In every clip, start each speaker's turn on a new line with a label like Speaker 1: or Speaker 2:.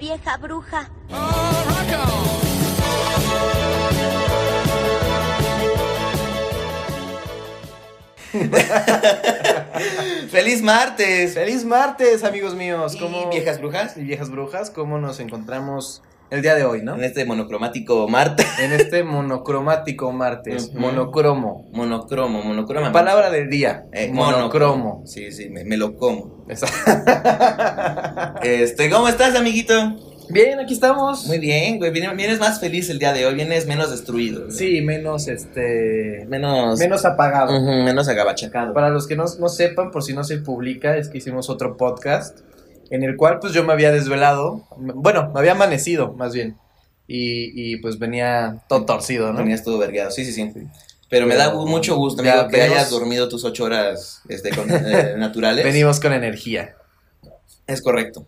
Speaker 1: vieja bruja.
Speaker 2: ¡Feliz martes!
Speaker 3: Feliz martes, amigos míos.
Speaker 2: Y
Speaker 3: ¿Cómo-
Speaker 2: viejas brujas.
Speaker 3: y viejas brujas, ¿cómo nos encontramos el día de hoy, no?
Speaker 2: En este monocromático Marte.
Speaker 3: En este monocromático martes,
Speaker 2: Ujú.
Speaker 3: monocromo.
Speaker 2: Monocromo, monocroma.
Speaker 3: Palabra del día,
Speaker 2: Eh,
Speaker 3: monocromo.
Speaker 2: Sí, sí, me, me lo como.
Speaker 3: Exacto.
Speaker 2: Este, ¿cómo estás, amiguito?
Speaker 3: Bien, aquí estamos.
Speaker 2: Muy bien, güey. Vienes, vienes más feliz el día de hoy, vienes menos destruido. güey.
Speaker 3: Sí, menos este,
Speaker 2: Menos.
Speaker 3: menos apagado.
Speaker 2: Ujú, menos agabachacado.
Speaker 3: Para los que no, no sepan, por si no se publica, es que hicimos otro podcast en el cual pues yo me había desvelado, m- bueno, me había amanecido más bien, y, y, pues venía todo torcido, ¿no?
Speaker 2: Venías todo vergueado. Sí, sí, sí. Pero me da
Speaker 3: Pero-
Speaker 2: mucho gusto,
Speaker 3: Ya
Speaker 2: amigo, que
Speaker 3: venimos-
Speaker 2: hayas dormido tus ocho horas este, con- eh, naturales.
Speaker 3: Venimos con energía.
Speaker 2: Es correcto.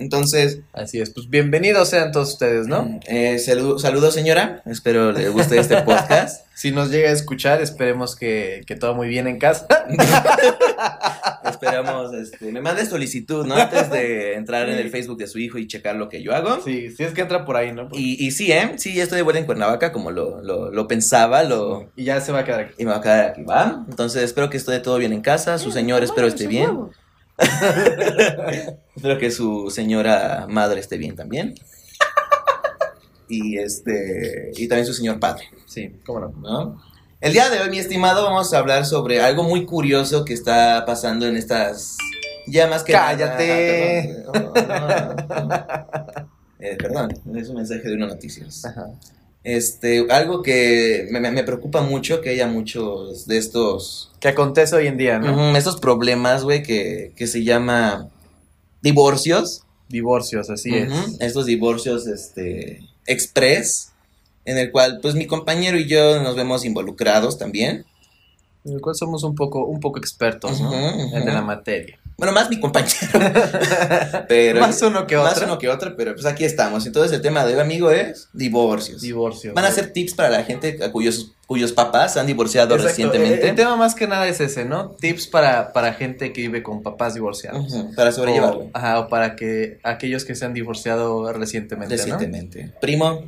Speaker 2: Entonces,
Speaker 3: Así es, pues bienvenidos sean todos ustedes, ¿no?
Speaker 2: ¿no? Eh, salu- saludos, señora. Espero le guste este podcast.
Speaker 3: Si nos llega a escuchar, esperemos que, que todo muy bien en casa.
Speaker 2: Esperamos, este, me mandes solicitud, ¿no? Antes de entrar en el Facebook de su hijo y checar lo que yo hago.
Speaker 3: Sí, sí es que entra por ahí, ¿no?
Speaker 2: Y, y sí, ¿eh? Sí, ya estoy de vuelta en Cuernavaca, como lo, lo, lo pensaba, lo...
Speaker 3: Y ya se va a quedar aquí.
Speaker 2: Y me va a quedar aquí, ¿va? Entonces, espero que esté todo bien en casa, su señor espero esté bien. Espero que su señora madre esté bien también. Y este... Y también su señor padre,
Speaker 3: Sí, cómo no.
Speaker 2: ¿no? El día de hoy, mi estimado, vamos a hablar sobre algo muy curioso que está pasando en estas... Ya más que
Speaker 3: ¡Cállate!
Speaker 2: nada- No, no, no. Eh, perdón, es un mensaje de una noticia.
Speaker 3: Ajá.
Speaker 2: Este, algo que me, me- me preocupa mucho que haya muchos de estos,
Speaker 3: Que acontece hoy en día, ¿no?
Speaker 2: ujú, estos problemas, güey, que, que se llama divorcios.
Speaker 3: Divorcios, así
Speaker 2: Ujú, Estos divorcios, este, express, en el cual, pues, mi compañero y yo nos vemos involucrados también.
Speaker 3: es. En el cual somos un poco, un poco expertos, ¿no?
Speaker 2: Ujú, ujú.
Speaker 3: De la materia.
Speaker 2: Bueno, más mi compañero, pero...
Speaker 3: Más uno que otro.
Speaker 2: Más uno que otro, pero pues aquí estamos. Entonces el tema de hoy, amigo, es divorcios.
Speaker 3: Divorcios.
Speaker 2: Van a ser tips para la gente a cuyos, cuyos papás se han divorciado
Speaker 3: Exacto,
Speaker 2: recientemente.
Speaker 3: eh, El tema más que nada es ese, ¿no? Tips para, para gente que vive con papás divorciados.
Speaker 2: Ujú, Para sobrellevarlo.
Speaker 3: O, ajá, o para que aquellos que se han divorciado recientemente,
Speaker 2: Recientemente. Primo,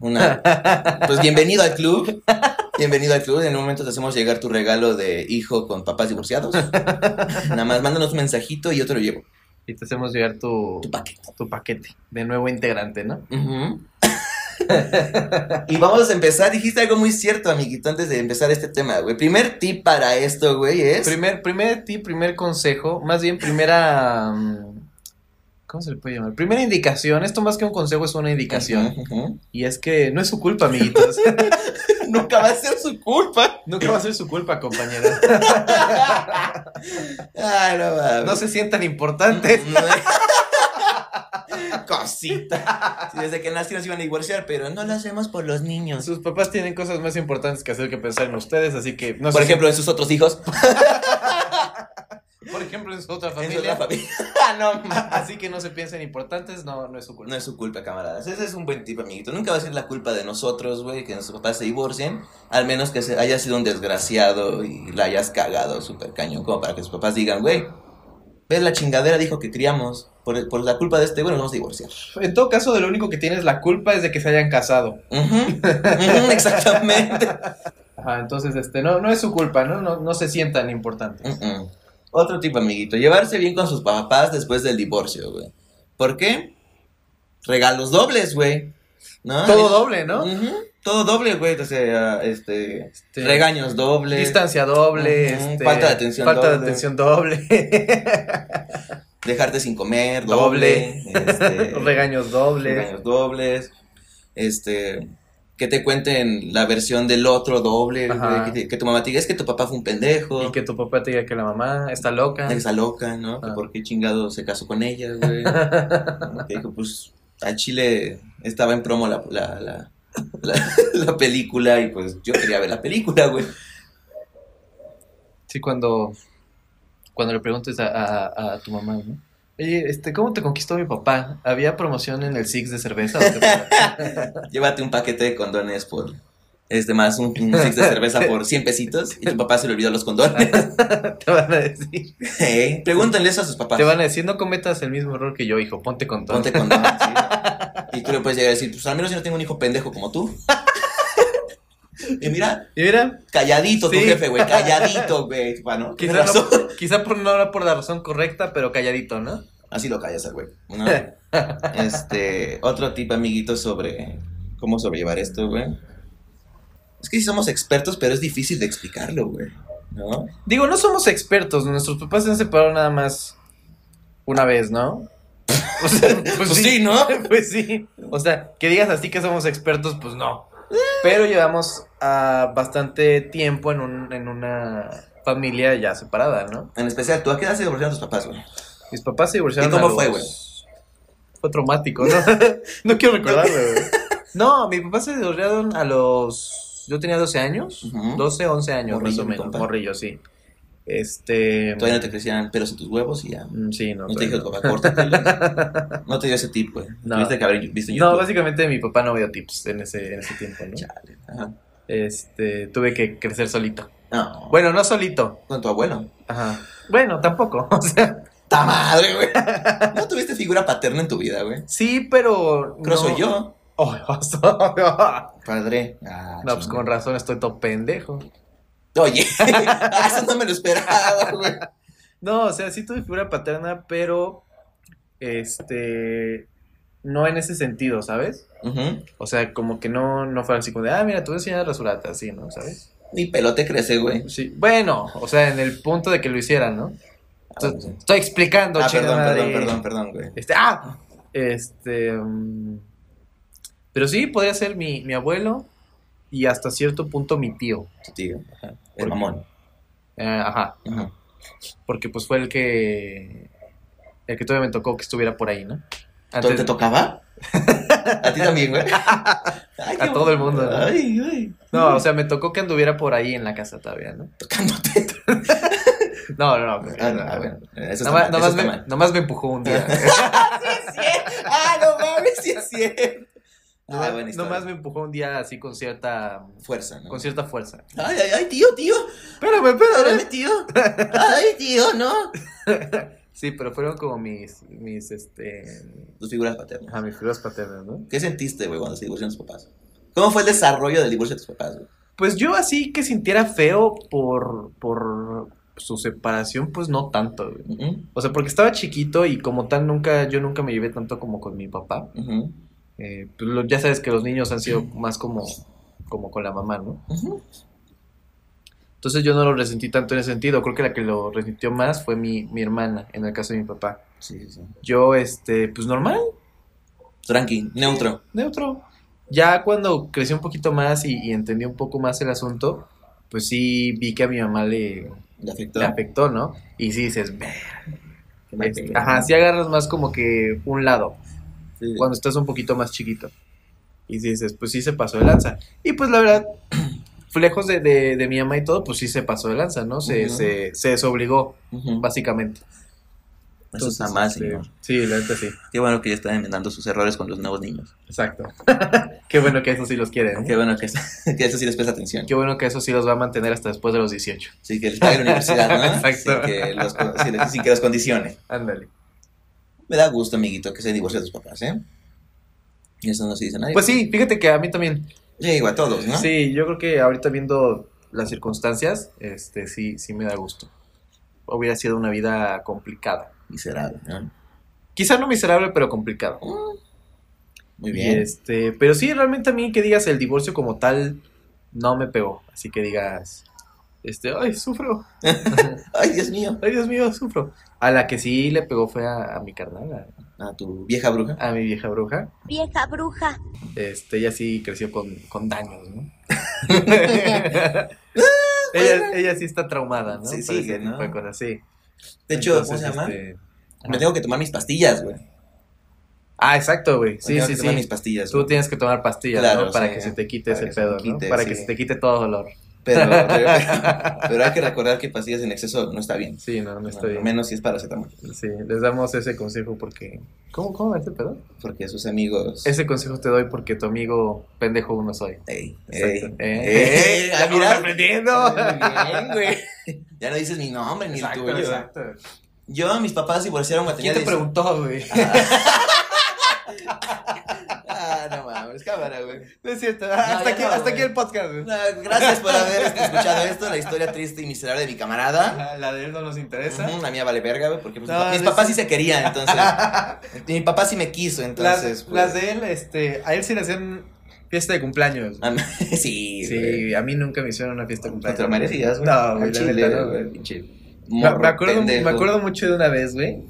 Speaker 2: una. Pues bienvenido al club. Bienvenido al club. En un momento te hacemos llegar tu regalo de hijo con papás divorciados. Nada más mándanos un mensajito y yo te lo llevo.
Speaker 3: ¿no? Y te hacemos llegar tu,
Speaker 2: Tu paquete.
Speaker 3: tu paquete de nuevo integrante, ¿no?
Speaker 2: Ujú. y vamos a empezar. Dijiste algo muy cierto, amiguito, antes de empezar este tema, güey. Primer tip para esto, güey, es.
Speaker 3: Primer, primer tip, primer consejo, más bien primera... mm, ¿Cómo se le puede llamar? Primera indicación, esto más que un consejo es una indicación.
Speaker 2: Ujú, ujú.
Speaker 3: Y es que no es su culpa, amiguitos.
Speaker 2: Nunca va a ser su culpa.
Speaker 3: Nunca va a ser su culpa, compañeros.
Speaker 2: Ay, no, mames.
Speaker 3: No se sientan importantes.
Speaker 2: Cosita. Sí, desde que nací nos iban a divorciar, pero no lo hacemos por los niños.
Speaker 3: Sus papás tienen cosas más importantes que hacer que pensar en ustedes, así que no
Speaker 2: por
Speaker 3: se
Speaker 2: ejemplo, en sus otros hijos.
Speaker 3: Por ejemplo, en su otra
Speaker 2: En su
Speaker 3: familia.
Speaker 2: otra familia. Ah, no, ma-
Speaker 3: Así que no se piensen importantes, no, no es su culpa.
Speaker 2: no es su culpa, camaradas. Ese es un buen tip, amiguito. Nunca va a ser la culpa de nosotros, güey, que nuestros papás se divorcien. Al menos que se- hayas sido un desgraciado y la hayas cagado súper cañón. Como para que sus papás digan, güey, ves la chingadera, dijo que criamos. Por, por la culpa de este, güey, nos vamos a divorciar.
Speaker 3: En todo caso, de lo único que tienes la culpa es de que se hayan casado.
Speaker 2: Ujú, ujú, exactamente.
Speaker 3: Ajá, entonces este, no, no es su culpa, ¿no? No, no se sientan importantes.
Speaker 2: Mm-mm. Otro tipo, amiguito. Llevarse bien con sus papás después del divorcio, güey. ¿Por qué? Regalos dobles, güey. ¿No?
Speaker 3: Todo doble, ¿no?
Speaker 2: Ujú. Todo doble, güey. O sea, este,
Speaker 3: Este,
Speaker 2: Regaños dobles.
Speaker 3: Distancia doble,
Speaker 2: Ujú,
Speaker 3: este,
Speaker 2: falta de atención
Speaker 3: falta de
Speaker 2: doble.
Speaker 3: atención doble,
Speaker 2: Dejarte sin comer, doble. este,
Speaker 3: regaños dobles.
Speaker 2: regaños dobles. Este. Que te cuenten la versión del otro doble, güey,
Speaker 3: Ajá.
Speaker 2: Que, te- que tu mamá te diga, es que tu papá fue un pendejo.
Speaker 3: Y que tu papá te diga que la mamá está loca.
Speaker 2: Está loca, ¿no? Que
Speaker 3: Ah.
Speaker 2: ¿Por qué chingado se casó con ella, güey? ¿No? Que dijo, pues, a Chile estaba en promo la, la, la, la- la película y pues yo quería ver la película, güey.
Speaker 3: Sí, cuando, cuando le preguntes a, a- a tu mamá, ¿no? Oye, este, ¿cómo te conquistó mi papá? ¿Había promoción en el Six de cerveza? o qué pedo?"
Speaker 2: Llévate un paquete de condones por Este, más un, un six de cerveza por 100 pesitos y tu papá se le olvidó los condones.
Speaker 3: Te van a decir.
Speaker 2: Hey, pregúntenle eso a sus papás.
Speaker 3: Te van a decir, no cometas el mismo error que yo, hijo. Ponte con todo.
Speaker 2: Ponte condón. sí. Y tú le puedes llegar a decir, pues al menos yo no tengo un hijo pendejo como tú. y mira,
Speaker 3: Y mira,
Speaker 2: calladito tu
Speaker 3: Sí.
Speaker 2: jefe, güey, calladito, güey. Bueno, tienes
Speaker 3: quizá,
Speaker 2: razón.
Speaker 3: no, quizá por, no era por la razón correcta, pero calladito, ¿no?
Speaker 2: Así lo callas al güey. ¿no? Este, otro tip, amiguito, sobre cómo sobrellevar esto, güey. Es que sí somos expertos, pero es difícil de explicarlo, güey. ¿No?
Speaker 3: Digo, no somos expertos. Nuestros papás se han separado nada más una vez, ¿no? O sea, pues,
Speaker 2: Pues sí, ¿no?
Speaker 3: Pues sí. O sea, que digas así que somos expertos, pues no. Pero llevamos ah, bastante tiempo en, un- en una familia ya separada, ¿no?
Speaker 2: En especial, ¿tú a qué edad se divorciaron tus papás, güey?
Speaker 3: Mis papás se divorciaron.
Speaker 2: ¿Y cómo
Speaker 3: a
Speaker 2: fue,
Speaker 3: los-
Speaker 2: güey?
Speaker 3: Fue traumático, ¿no? no quiero recordarlo, güey. No, mis papás se divorciaron a los. Yo tenía 12 años.
Speaker 2: Ujú.
Speaker 3: 12, 11 años,
Speaker 2: Morrillo,
Speaker 3: más o
Speaker 2: mi
Speaker 3: menos.
Speaker 2: compa.
Speaker 3: Morrillo, sí. Este.
Speaker 2: Todavía no te crecían pelos en tus huevos y ya.
Speaker 3: Mm, Sí, no.
Speaker 2: No te
Speaker 3: todavía
Speaker 2: dije,
Speaker 3: no.
Speaker 2: papá, córtatelos. No te dio ese tip, güey.
Speaker 3: No.
Speaker 2: Tuviste que haber visto en
Speaker 3: No,
Speaker 2: YouTube.
Speaker 3: básicamente mi papá no vio tips en ese, en ese tiempo, ¿no?
Speaker 2: Chale. Ajá.
Speaker 3: Este, tuve que crecer solito.
Speaker 2: No. Bueno,
Speaker 3: Bueno, no solito.
Speaker 2: con tu abuelo.
Speaker 3: Ajá. Bueno, tampoco. O sea,
Speaker 2: ¡Ta madre, güey! ¿No tuviste figura paterna en tu vida, güey?
Speaker 3: sí, pero.
Speaker 2: Creo
Speaker 3: no-
Speaker 2: soy yo.
Speaker 3: Oh, no,
Speaker 2: Padre. Ah,
Speaker 3: pues
Speaker 2: chinga.
Speaker 3: con razón estoy todo pendejo.
Speaker 2: Oye, ah, eso no me lo esperaba, güey.
Speaker 3: No, o sea, sí tuve figura paterna, pero. Este. No en ese sentido, ¿sabes?
Speaker 2: Ujú.
Speaker 3: O sea, como que no, no fue así como de, ah, mira, te voy a enseñar a rasurarte, así, ¿no? ¿Sabes?
Speaker 2: Ni pelote crece, güey.
Speaker 3: Sí. Bueno, o sea, en el punto de que lo hicieran, ¿no? Estoy, estoy explicando,
Speaker 2: Ah,
Speaker 3: chingada
Speaker 2: perdón, perdón,
Speaker 3: madre.
Speaker 2: perdón, perdón, güey.
Speaker 3: Este, ah, este. mm, pero sí, podría ser mi, mi abuelo y hasta cierto punto mi tío.
Speaker 2: Tu tío. Ajá.
Speaker 3: ¿Por
Speaker 2: El mamón.
Speaker 3: Eh, ajá,
Speaker 2: Ajá.
Speaker 3: porque pues fue el que. El que todavía me tocó que estuviera por ahí, ¿no?
Speaker 2: ¿Todo
Speaker 3: Antes-
Speaker 2: te tocaba? A ti también, güey. Ay, qué
Speaker 3: A todo el mundo, ¿no?
Speaker 2: Ay, ay.
Speaker 3: no, o sea, me tocó que anduviera por ahí en la casa todavía, ¿no?
Speaker 2: Tocándote.
Speaker 3: No, no, no.
Speaker 2: Ah, no, ah, bueno. Eso está mal.
Speaker 3: Nomás,
Speaker 2: Eso
Speaker 3: nomás
Speaker 2: está
Speaker 3: me,
Speaker 2: mal.
Speaker 3: nomás me empujó un día.
Speaker 2: Ah, no mames, sí es cierto. Ah, buena
Speaker 3: nomás,
Speaker 2: historia.
Speaker 3: nomás me empujó un día así con cierta.
Speaker 2: Fuerza, ¿no?
Speaker 3: Con cierta fuerza.
Speaker 2: Ay, ay, ay, tío, tío.
Speaker 3: Espérame, espérame.
Speaker 2: Espérame, tío. Ay, tío, no.
Speaker 3: Sí, pero fueron como mis, mis, este,
Speaker 2: Tus figuras paternas.
Speaker 3: ajá, mis figuras paternas, ¿no?
Speaker 2: ¿Qué sentiste, güey, cuando se divorciaron tus papás? ¿Cómo fue el desarrollo del divorcio de tus papás, güey?
Speaker 3: Pues yo así que sintiera feo por, por su separación, pues no tanto, güey.
Speaker 2: Ujú,
Speaker 3: O sea, porque estaba chiquito y como tal nunca, yo nunca me llevé tanto como con mi papá.
Speaker 2: ujú,
Speaker 3: Eh, pues lo- ya sabes que los niños han sido más como, como con la mamá, ¿no?
Speaker 2: ujú.
Speaker 3: Entonces yo no lo resentí tanto en ese sentido. Creo que la que lo resintió más fue mi, mi hermana, en el caso de mi papá.
Speaker 2: Sí, sí, sí.
Speaker 3: Yo, este, pues normal.
Speaker 2: Tranqui, neutro.
Speaker 3: neutro. Ya cuando crecí un poquito más y, y entendí un poco más el asunto, pues sí vi que a mi mamá le,
Speaker 2: Le afectó.
Speaker 3: le afectó, ¿no? Y sí dices, "Ve",
Speaker 2: Qué mal
Speaker 3: este,
Speaker 2: pedo.
Speaker 3: ajá, sí agarras más como que un lado,
Speaker 2: Sí, sí.
Speaker 3: cuando estás un poquito más chiquito. Y sí dices, pues sí se pasó de lanza. Y pues la verdad, lejos de, de- de mi mamá y todo, pues sí se pasó de lanza, ¿no? Se,
Speaker 2: Ujú.
Speaker 3: se, se desobligó,
Speaker 2: Ujú.
Speaker 3: básicamente.
Speaker 2: Eso está
Speaker 3: Entonces,
Speaker 2: mal,
Speaker 3: este,
Speaker 2: señor.
Speaker 3: Sí, la neta sí.
Speaker 2: Qué bueno que ya están enmendando sus errores con los nuevos niños.
Speaker 3: Exacto. Qué bueno que eso sí los quieren. ¿eh?
Speaker 2: Qué bueno que, que eso sí les presta atención.
Speaker 3: Qué bueno que eso sí los va a mantener hasta después de los 18.
Speaker 2: Sí, que les pague la universidad, ¿no?
Speaker 3: Exacto.
Speaker 2: Sin que, los, sin- sin que los condicione.
Speaker 3: Ándale.
Speaker 2: Me da gusto, amiguito, que se divorcie de tus papás, ¿eh? Y eso no se dice a nadie.
Speaker 3: Pues sí, fíjate que a mí también.
Speaker 2: Yo digo a todos, ¿no?
Speaker 3: Sí, yo creo que ahorita viendo las circunstancias, este sí, sí me da gusto. Hubiera sido una vida complicada.
Speaker 2: Miserable, ¿no?
Speaker 3: Quizá no miserable, pero complicada.
Speaker 2: Muy
Speaker 3: Y,
Speaker 2: bien.
Speaker 3: este, pero sí, realmente a mí que digas el divorcio como tal no me pegó. Así que digas, este, ay, sufro.
Speaker 2: Ay, Dios mío.
Speaker 3: Ay, Dios mío, sufro. A la que sí le pegó fue a, a mi carnal,
Speaker 2: A Ah, tu vieja bruja.
Speaker 3: a, a mi vieja bruja.
Speaker 1: Vieja bruja.
Speaker 3: Este, ella sí creció con, con daños, ¿no?
Speaker 2: bueno.
Speaker 3: ella, ella sí está traumada, ¿no?
Speaker 2: Sí,
Speaker 3: Por ese
Speaker 2: sigue,
Speaker 3: tipo
Speaker 2: ¿no?
Speaker 3: de cosas, sí.
Speaker 2: De hecho,
Speaker 3: Entonces,
Speaker 2: ¿cómo se llama?
Speaker 3: este,
Speaker 2: Me tengo que tomar mis pastillas, güey. Me
Speaker 3: Ah, exacto, güey. Sí,
Speaker 2: tengo
Speaker 3: sí,
Speaker 2: que tomar
Speaker 3: sí.
Speaker 2: mis pastillas.
Speaker 3: Tú
Speaker 2: güey.
Speaker 3: tienes que tomar pastillas,
Speaker 2: Claro,
Speaker 3: ¿no? Para
Speaker 2: sí.
Speaker 3: que se te quite
Speaker 2: Para
Speaker 3: ese
Speaker 2: que se me
Speaker 3: pedo, ¿no?
Speaker 2: quite,
Speaker 3: Para
Speaker 2: sí.
Speaker 3: que se te quite todo dolor.
Speaker 2: Pero, pero, pero hay que recordar que pastillas en exceso no está bien.
Speaker 3: Sí, no, no está bien.
Speaker 2: Menos si es paracetamol.
Speaker 3: Sí, les damos ese consejo porque. ¿Cómo, cómo va este pedo?
Speaker 2: Porque sus amigos.
Speaker 3: Ese consejo te doy porque tu amigo pendejo uno soy.
Speaker 2: Ey,
Speaker 3: Exacto.
Speaker 2: ey,
Speaker 3: Eh,
Speaker 2: ey,
Speaker 3: eh,
Speaker 2: ah,
Speaker 3: estamos
Speaker 2: mira.
Speaker 3: aprendiendo.
Speaker 2: Muy bien, güey. Ya no dices mi nombre ni el tuyo. Yo, mis papás divorciaron cuando
Speaker 3: ¿Quién
Speaker 2: tenía
Speaker 3: te
Speaker 2: 16.
Speaker 3: preguntó, güey?
Speaker 2: Ah, no mames, cámara, güey.
Speaker 3: No es cierto. Ah,
Speaker 2: ya
Speaker 3: hasta, aquí,
Speaker 2: no,
Speaker 3: hasta
Speaker 2: güey.
Speaker 3: aquí el podcast, güey.
Speaker 2: No, gracias por haber este, escuchado esto, la historia triste y miserable de mi camarada.
Speaker 3: Ajá, Ah, La de él no nos interesa.
Speaker 2: Ujú, la mía vale verga, güey, porque pues,
Speaker 3: No,
Speaker 2: mis
Speaker 3: no
Speaker 2: papás
Speaker 3: sé.
Speaker 2: sí se querían, entonces. mi papá sí me quiso,
Speaker 3: Las,
Speaker 2: entonces. pues,
Speaker 3: las de él, este, a él sí le hacían fiesta de cumpleaños.
Speaker 2: a mí- sí, güey.
Speaker 3: Sí, a mí nunca me hicieron una fiesta de
Speaker 2: No
Speaker 3: cumpleaños.
Speaker 2: te lo merecías, güey.
Speaker 3: No, güey,
Speaker 2: Al
Speaker 3: la
Speaker 2: chile,
Speaker 3: neta no, güey.
Speaker 2: pinche
Speaker 3: Me,
Speaker 2: morro
Speaker 3: me acuerdo, me
Speaker 2: pendejo.
Speaker 3: acuerdo mucho de una vez, güey,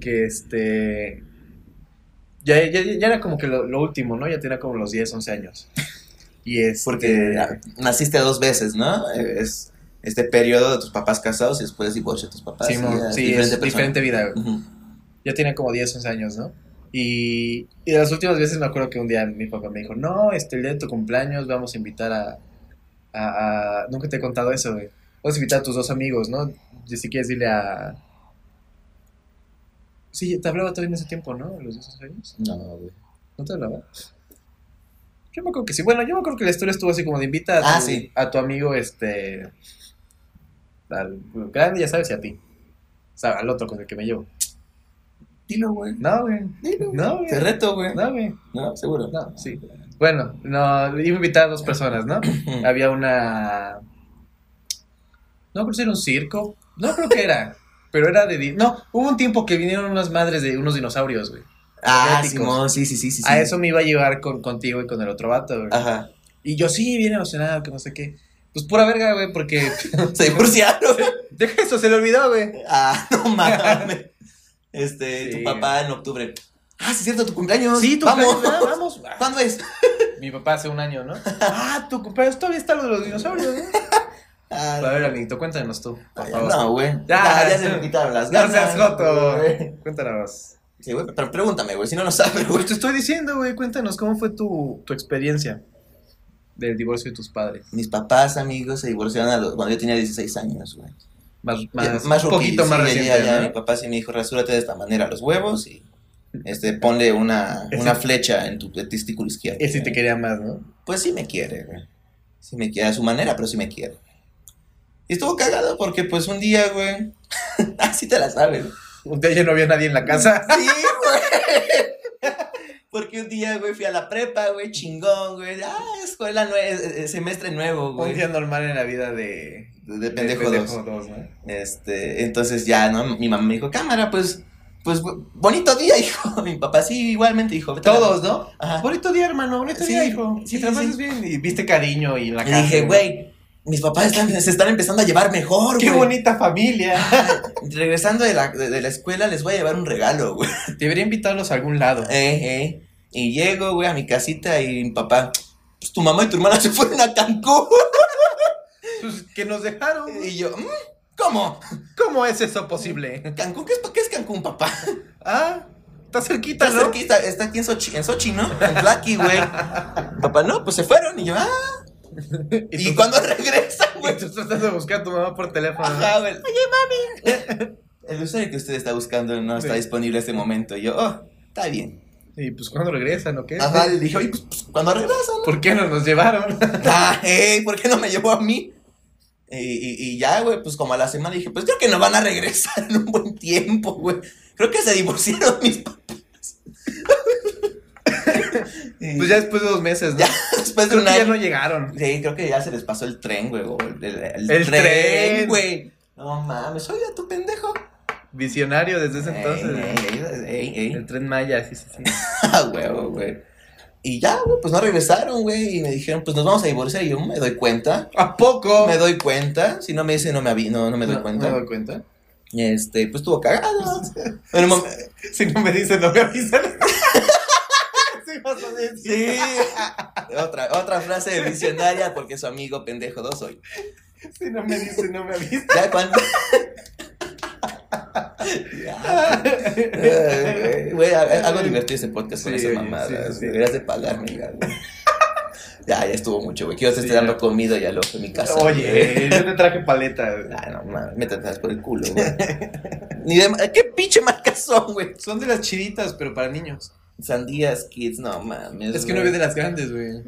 Speaker 3: que este... Ya, ya, ya era como que lo, lo último, ¿no? Ya tenía como los 10, 11 años. Y este, es...
Speaker 2: Porque ah, naciste dos veces, ¿no? Eh, Es este periodo de tus papás casados y después divorcio de tus papás.
Speaker 3: Sí,
Speaker 2: y
Speaker 3: mo-
Speaker 2: ya,
Speaker 3: sí, es
Speaker 2: persona.
Speaker 3: diferente vida, güey.
Speaker 2: Ujú.
Speaker 3: Yo tenía como 10, 11 años, ¿no? Y, y de las últimas veces me acuerdo que un día mi papá me dijo, no, este, el día de tu cumpleaños vamos a invitar a... a- a- Nunca te he contado eso, güey. Vamos a invitar a tus dos amigos, ¿no? Y si quieres dile a... Sí, te hablaba todavía en ese tiempo, ¿no? A Los 10, 11 años.
Speaker 2: No, güey.
Speaker 3: ¿No te hablaba? Yo me acuerdo que sí. Bueno, yo me acuerdo que la historia estuvo así como de invita a tu,
Speaker 2: Ah, sí.
Speaker 3: a tu amigo, este... Al grande, ya sabes, y a ti. O sea, al otro con el que me llevo.
Speaker 2: Dilo, güey.
Speaker 3: No, güey.
Speaker 2: Dilo.
Speaker 3: No, güey.
Speaker 2: Te reto, güey.
Speaker 3: No, güey.
Speaker 2: No, seguro.
Speaker 3: No, sí. Bueno, no, iba a invitar a dos personas, ¿no? Había una. No creo que era un circo. No creo que era. Pero era de. di- No, hubo un tiempo que vinieron unas madres de unos dinosaurios, güey.
Speaker 2: Ah,
Speaker 3: Asiáticos.
Speaker 2: Simón, sí, sí, sí, sí.
Speaker 3: A
Speaker 2: sí.
Speaker 3: eso me iba a llevar con, contigo y con el otro vato, güey.
Speaker 2: Ajá.
Speaker 3: Y yo sí, bien emocionado, que no sé qué. Pues pura verga, güey, porque.
Speaker 2: Se divorciaron.
Speaker 3: Deja eso, se le olvidó, güey.
Speaker 2: Ah, no mames. Este,
Speaker 3: Sí.
Speaker 2: tu papá en octubre. Ah, sí, es cierto, tu cumpleaños.
Speaker 3: Sí, tú
Speaker 2: Vamos.
Speaker 3: vamos.
Speaker 2: ¿Cuándo es?
Speaker 3: Mi papá hace un año, ¿no? Ah, tu cumpleaños todavía está lo de los dinosaurios, ¿no?
Speaker 2: Ah,
Speaker 3: A ver, amiguito, cuéntanos tú, por
Speaker 2: ay,
Speaker 3: favor.
Speaker 2: no, güey.
Speaker 3: Ya,
Speaker 2: Ya, ya se
Speaker 3: no.
Speaker 2: me quitaron las
Speaker 3: No
Speaker 2: ganas.
Speaker 3: seas joto.
Speaker 2: güey.
Speaker 3: Cuéntanos.
Speaker 2: Sí, güey, pero pregúntame, güey, si no lo sabes, güey.
Speaker 3: Pues te estoy diciendo, güey, cuéntanos cómo fue tu, tu experiencia del divorcio de tus padres.
Speaker 2: Mis papás, amigos, se divorciaron a los, cuando yo tenía 16 años, güey.
Speaker 3: Más, más,
Speaker 2: Ya, más
Speaker 3: un
Speaker 2: ruquillo,
Speaker 3: poquito más
Speaker 2: sí, ya,
Speaker 3: reciente,
Speaker 2: ya, ya,
Speaker 3: ¿no?
Speaker 2: Mi papá sí me dijo, rasúrate de esta manera los huevos y este, ponle una,
Speaker 3: Ese-
Speaker 2: una flecha en tu testículo izquierdo.
Speaker 3: Él sí te
Speaker 2: güey.
Speaker 3: quería más, ¿no?
Speaker 2: Pues sí me quiere, güey. Sí me quiere a su manera, pero sí me quiere. Y estuvo cagado porque pues un día, güey. Así te la sabes.
Speaker 3: Un día ya no había nadie en la casa.
Speaker 2: Sí, güey. Porque un día, güey, fui a la prepa, güey, chingón, güey. Ah, escuela nueva, semestre nuevo,
Speaker 3: Un
Speaker 2: güey.
Speaker 3: día normal en la vida de...
Speaker 2: De, de
Speaker 3: de
Speaker 2: pendejo dos.
Speaker 3: dos, ¿no?
Speaker 2: Este, entonces ya, ¿no? Mi mamá me dijo, cámara, pues, pues, bu- bonito día, hijo. Mi papá sí, igualmente, dijo. "Vete a la-".
Speaker 3: Todos, ¿no?
Speaker 2: Ajá.
Speaker 3: Bonito día, hermano, bonito
Speaker 2: Ah. Sí,
Speaker 3: día, hijo.
Speaker 2: sí,
Speaker 3: Si te la
Speaker 2: sí.
Speaker 3: pasas bien y viste cariño y la
Speaker 2: Y dije, güey, mis papás están- se están empezando a llevar mejor,
Speaker 3: ¡Qué
Speaker 2: güey.
Speaker 3: bonita familia!
Speaker 2: Regresando de la, de, de la escuela, les voy a llevar un regalo, güey.
Speaker 3: Debería invitarlos a algún lado.
Speaker 2: Eh, eh. Y llego, güey, a mi casita y mi papá, pues tu mamá y tu hermana se fueron a Cancún.
Speaker 3: Pues que nos dejaron.
Speaker 2: Y yo, "Mm, ¿cómo?
Speaker 3: ¿Cómo es eso posible?
Speaker 2: ¿Cancún? ¿Qué es, qué es Cancún, papá?
Speaker 3: Ah, está cerquita,
Speaker 2: Está
Speaker 3: ¿no?
Speaker 2: cerquita, está aquí en Sochi, en Sochi, ¿no? En Tlaqui, güey. papá, no, pues se fueron. Y yo, ah,
Speaker 3: Y,
Speaker 2: ¿y
Speaker 3: tú-
Speaker 2: cuándo regresan, güey?
Speaker 3: y tú ah. tratas de buscar a tu mamá por teléfono. ¿no?
Speaker 2: Ajá, güey. Oye, mami. El usuario que usted está buscando no está
Speaker 3: Sí.
Speaker 2: disponible en este momento. Y yo, oh, está bien.
Speaker 3: Y pues, ¿cuándo regresan o qué?
Speaker 2: Ajá, le dije, oye, pues, pues, ¿cuándo regresan?
Speaker 3: ¿Por qué no nos llevaron?
Speaker 2: Ah, ey, ¿por qué no me llevó a mí? Y, y- y ya, güey, pues como a la semana dije, pues creo que no van a regresar en un buen tiempo, güey. Creo que se divorciaron mis papás. Y
Speaker 3: Pues ya después de dos meses, ¿no?
Speaker 2: Ya, después de
Speaker 3: Creo
Speaker 2: un
Speaker 3: que ya no
Speaker 2: año.
Speaker 3: llegaron.
Speaker 2: Sí, creo que ya se les pasó el tren, güey. o El, el- el
Speaker 3: El tren.
Speaker 2: tren, güey. No mames, oye, tu pendejo.
Speaker 3: Visionario desde ese entonces. eh. ¿no?
Speaker 2: Ey, ey, ey, ey.
Speaker 3: El tren Maya, sí, sí, sí.
Speaker 2: Ah, huevo, güey. Y ya, güey, pues no regresaron, güey. Y me dijeron, pues nos vamos a divorciar. Y yo me doy cuenta.
Speaker 3: ¿A poco?
Speaker 2: me doy cuenta. Si no me dice, no me, avi- no, no me doy
Speaker 3: No,
Speaker 2: cuenta.
Speaker 3: No me doy cuenta.
Speaker 2: Este, pues estuvo cagado. En un mom-
Speaker 3: Si no me dicen, no me avisan. Sí, vas a decir.
Speaker 2: sí. otra, otra frase visionaria porque su amigo pendejo dos soy.
Speaker 3: Si no me dicen, no me avisan.
Speaker 2: Ya cuando. Ya,
Speaker 3: Eh,
Speaker 2: güey, Güey, ha- hago divertido este podcast con
Speaker 3: Sí,
Speaker 2: esas
Speaker 3: oye,
Speaker 2: mamadas.
Speaker 3: sí, sí, sí.
Speaker 2: Deberías de pagarme, ya, güey. Ya, ya estuvo mucho, güey. Que yo te esté
Speaker 3: Sí,
Speaker 2: dando
Speaker 3: ya.
Speaker 2: comida ya lo en mi casa. güey.
Speaker 3: Oye, yo te traje paleta. güey.
Speaker 2: Ah, no mames, métete atrás por el culo, güey. Ni de... ¿Qué pinche marca son, güey?
Speaker 3: Son de las chiditas, pero para niños.
Speaker 2: Sandías, kids, no mames.
Speaker 3: Es que no
Speaker 2: güey. Ah,
Speaker 3: vi de las grandes, güey.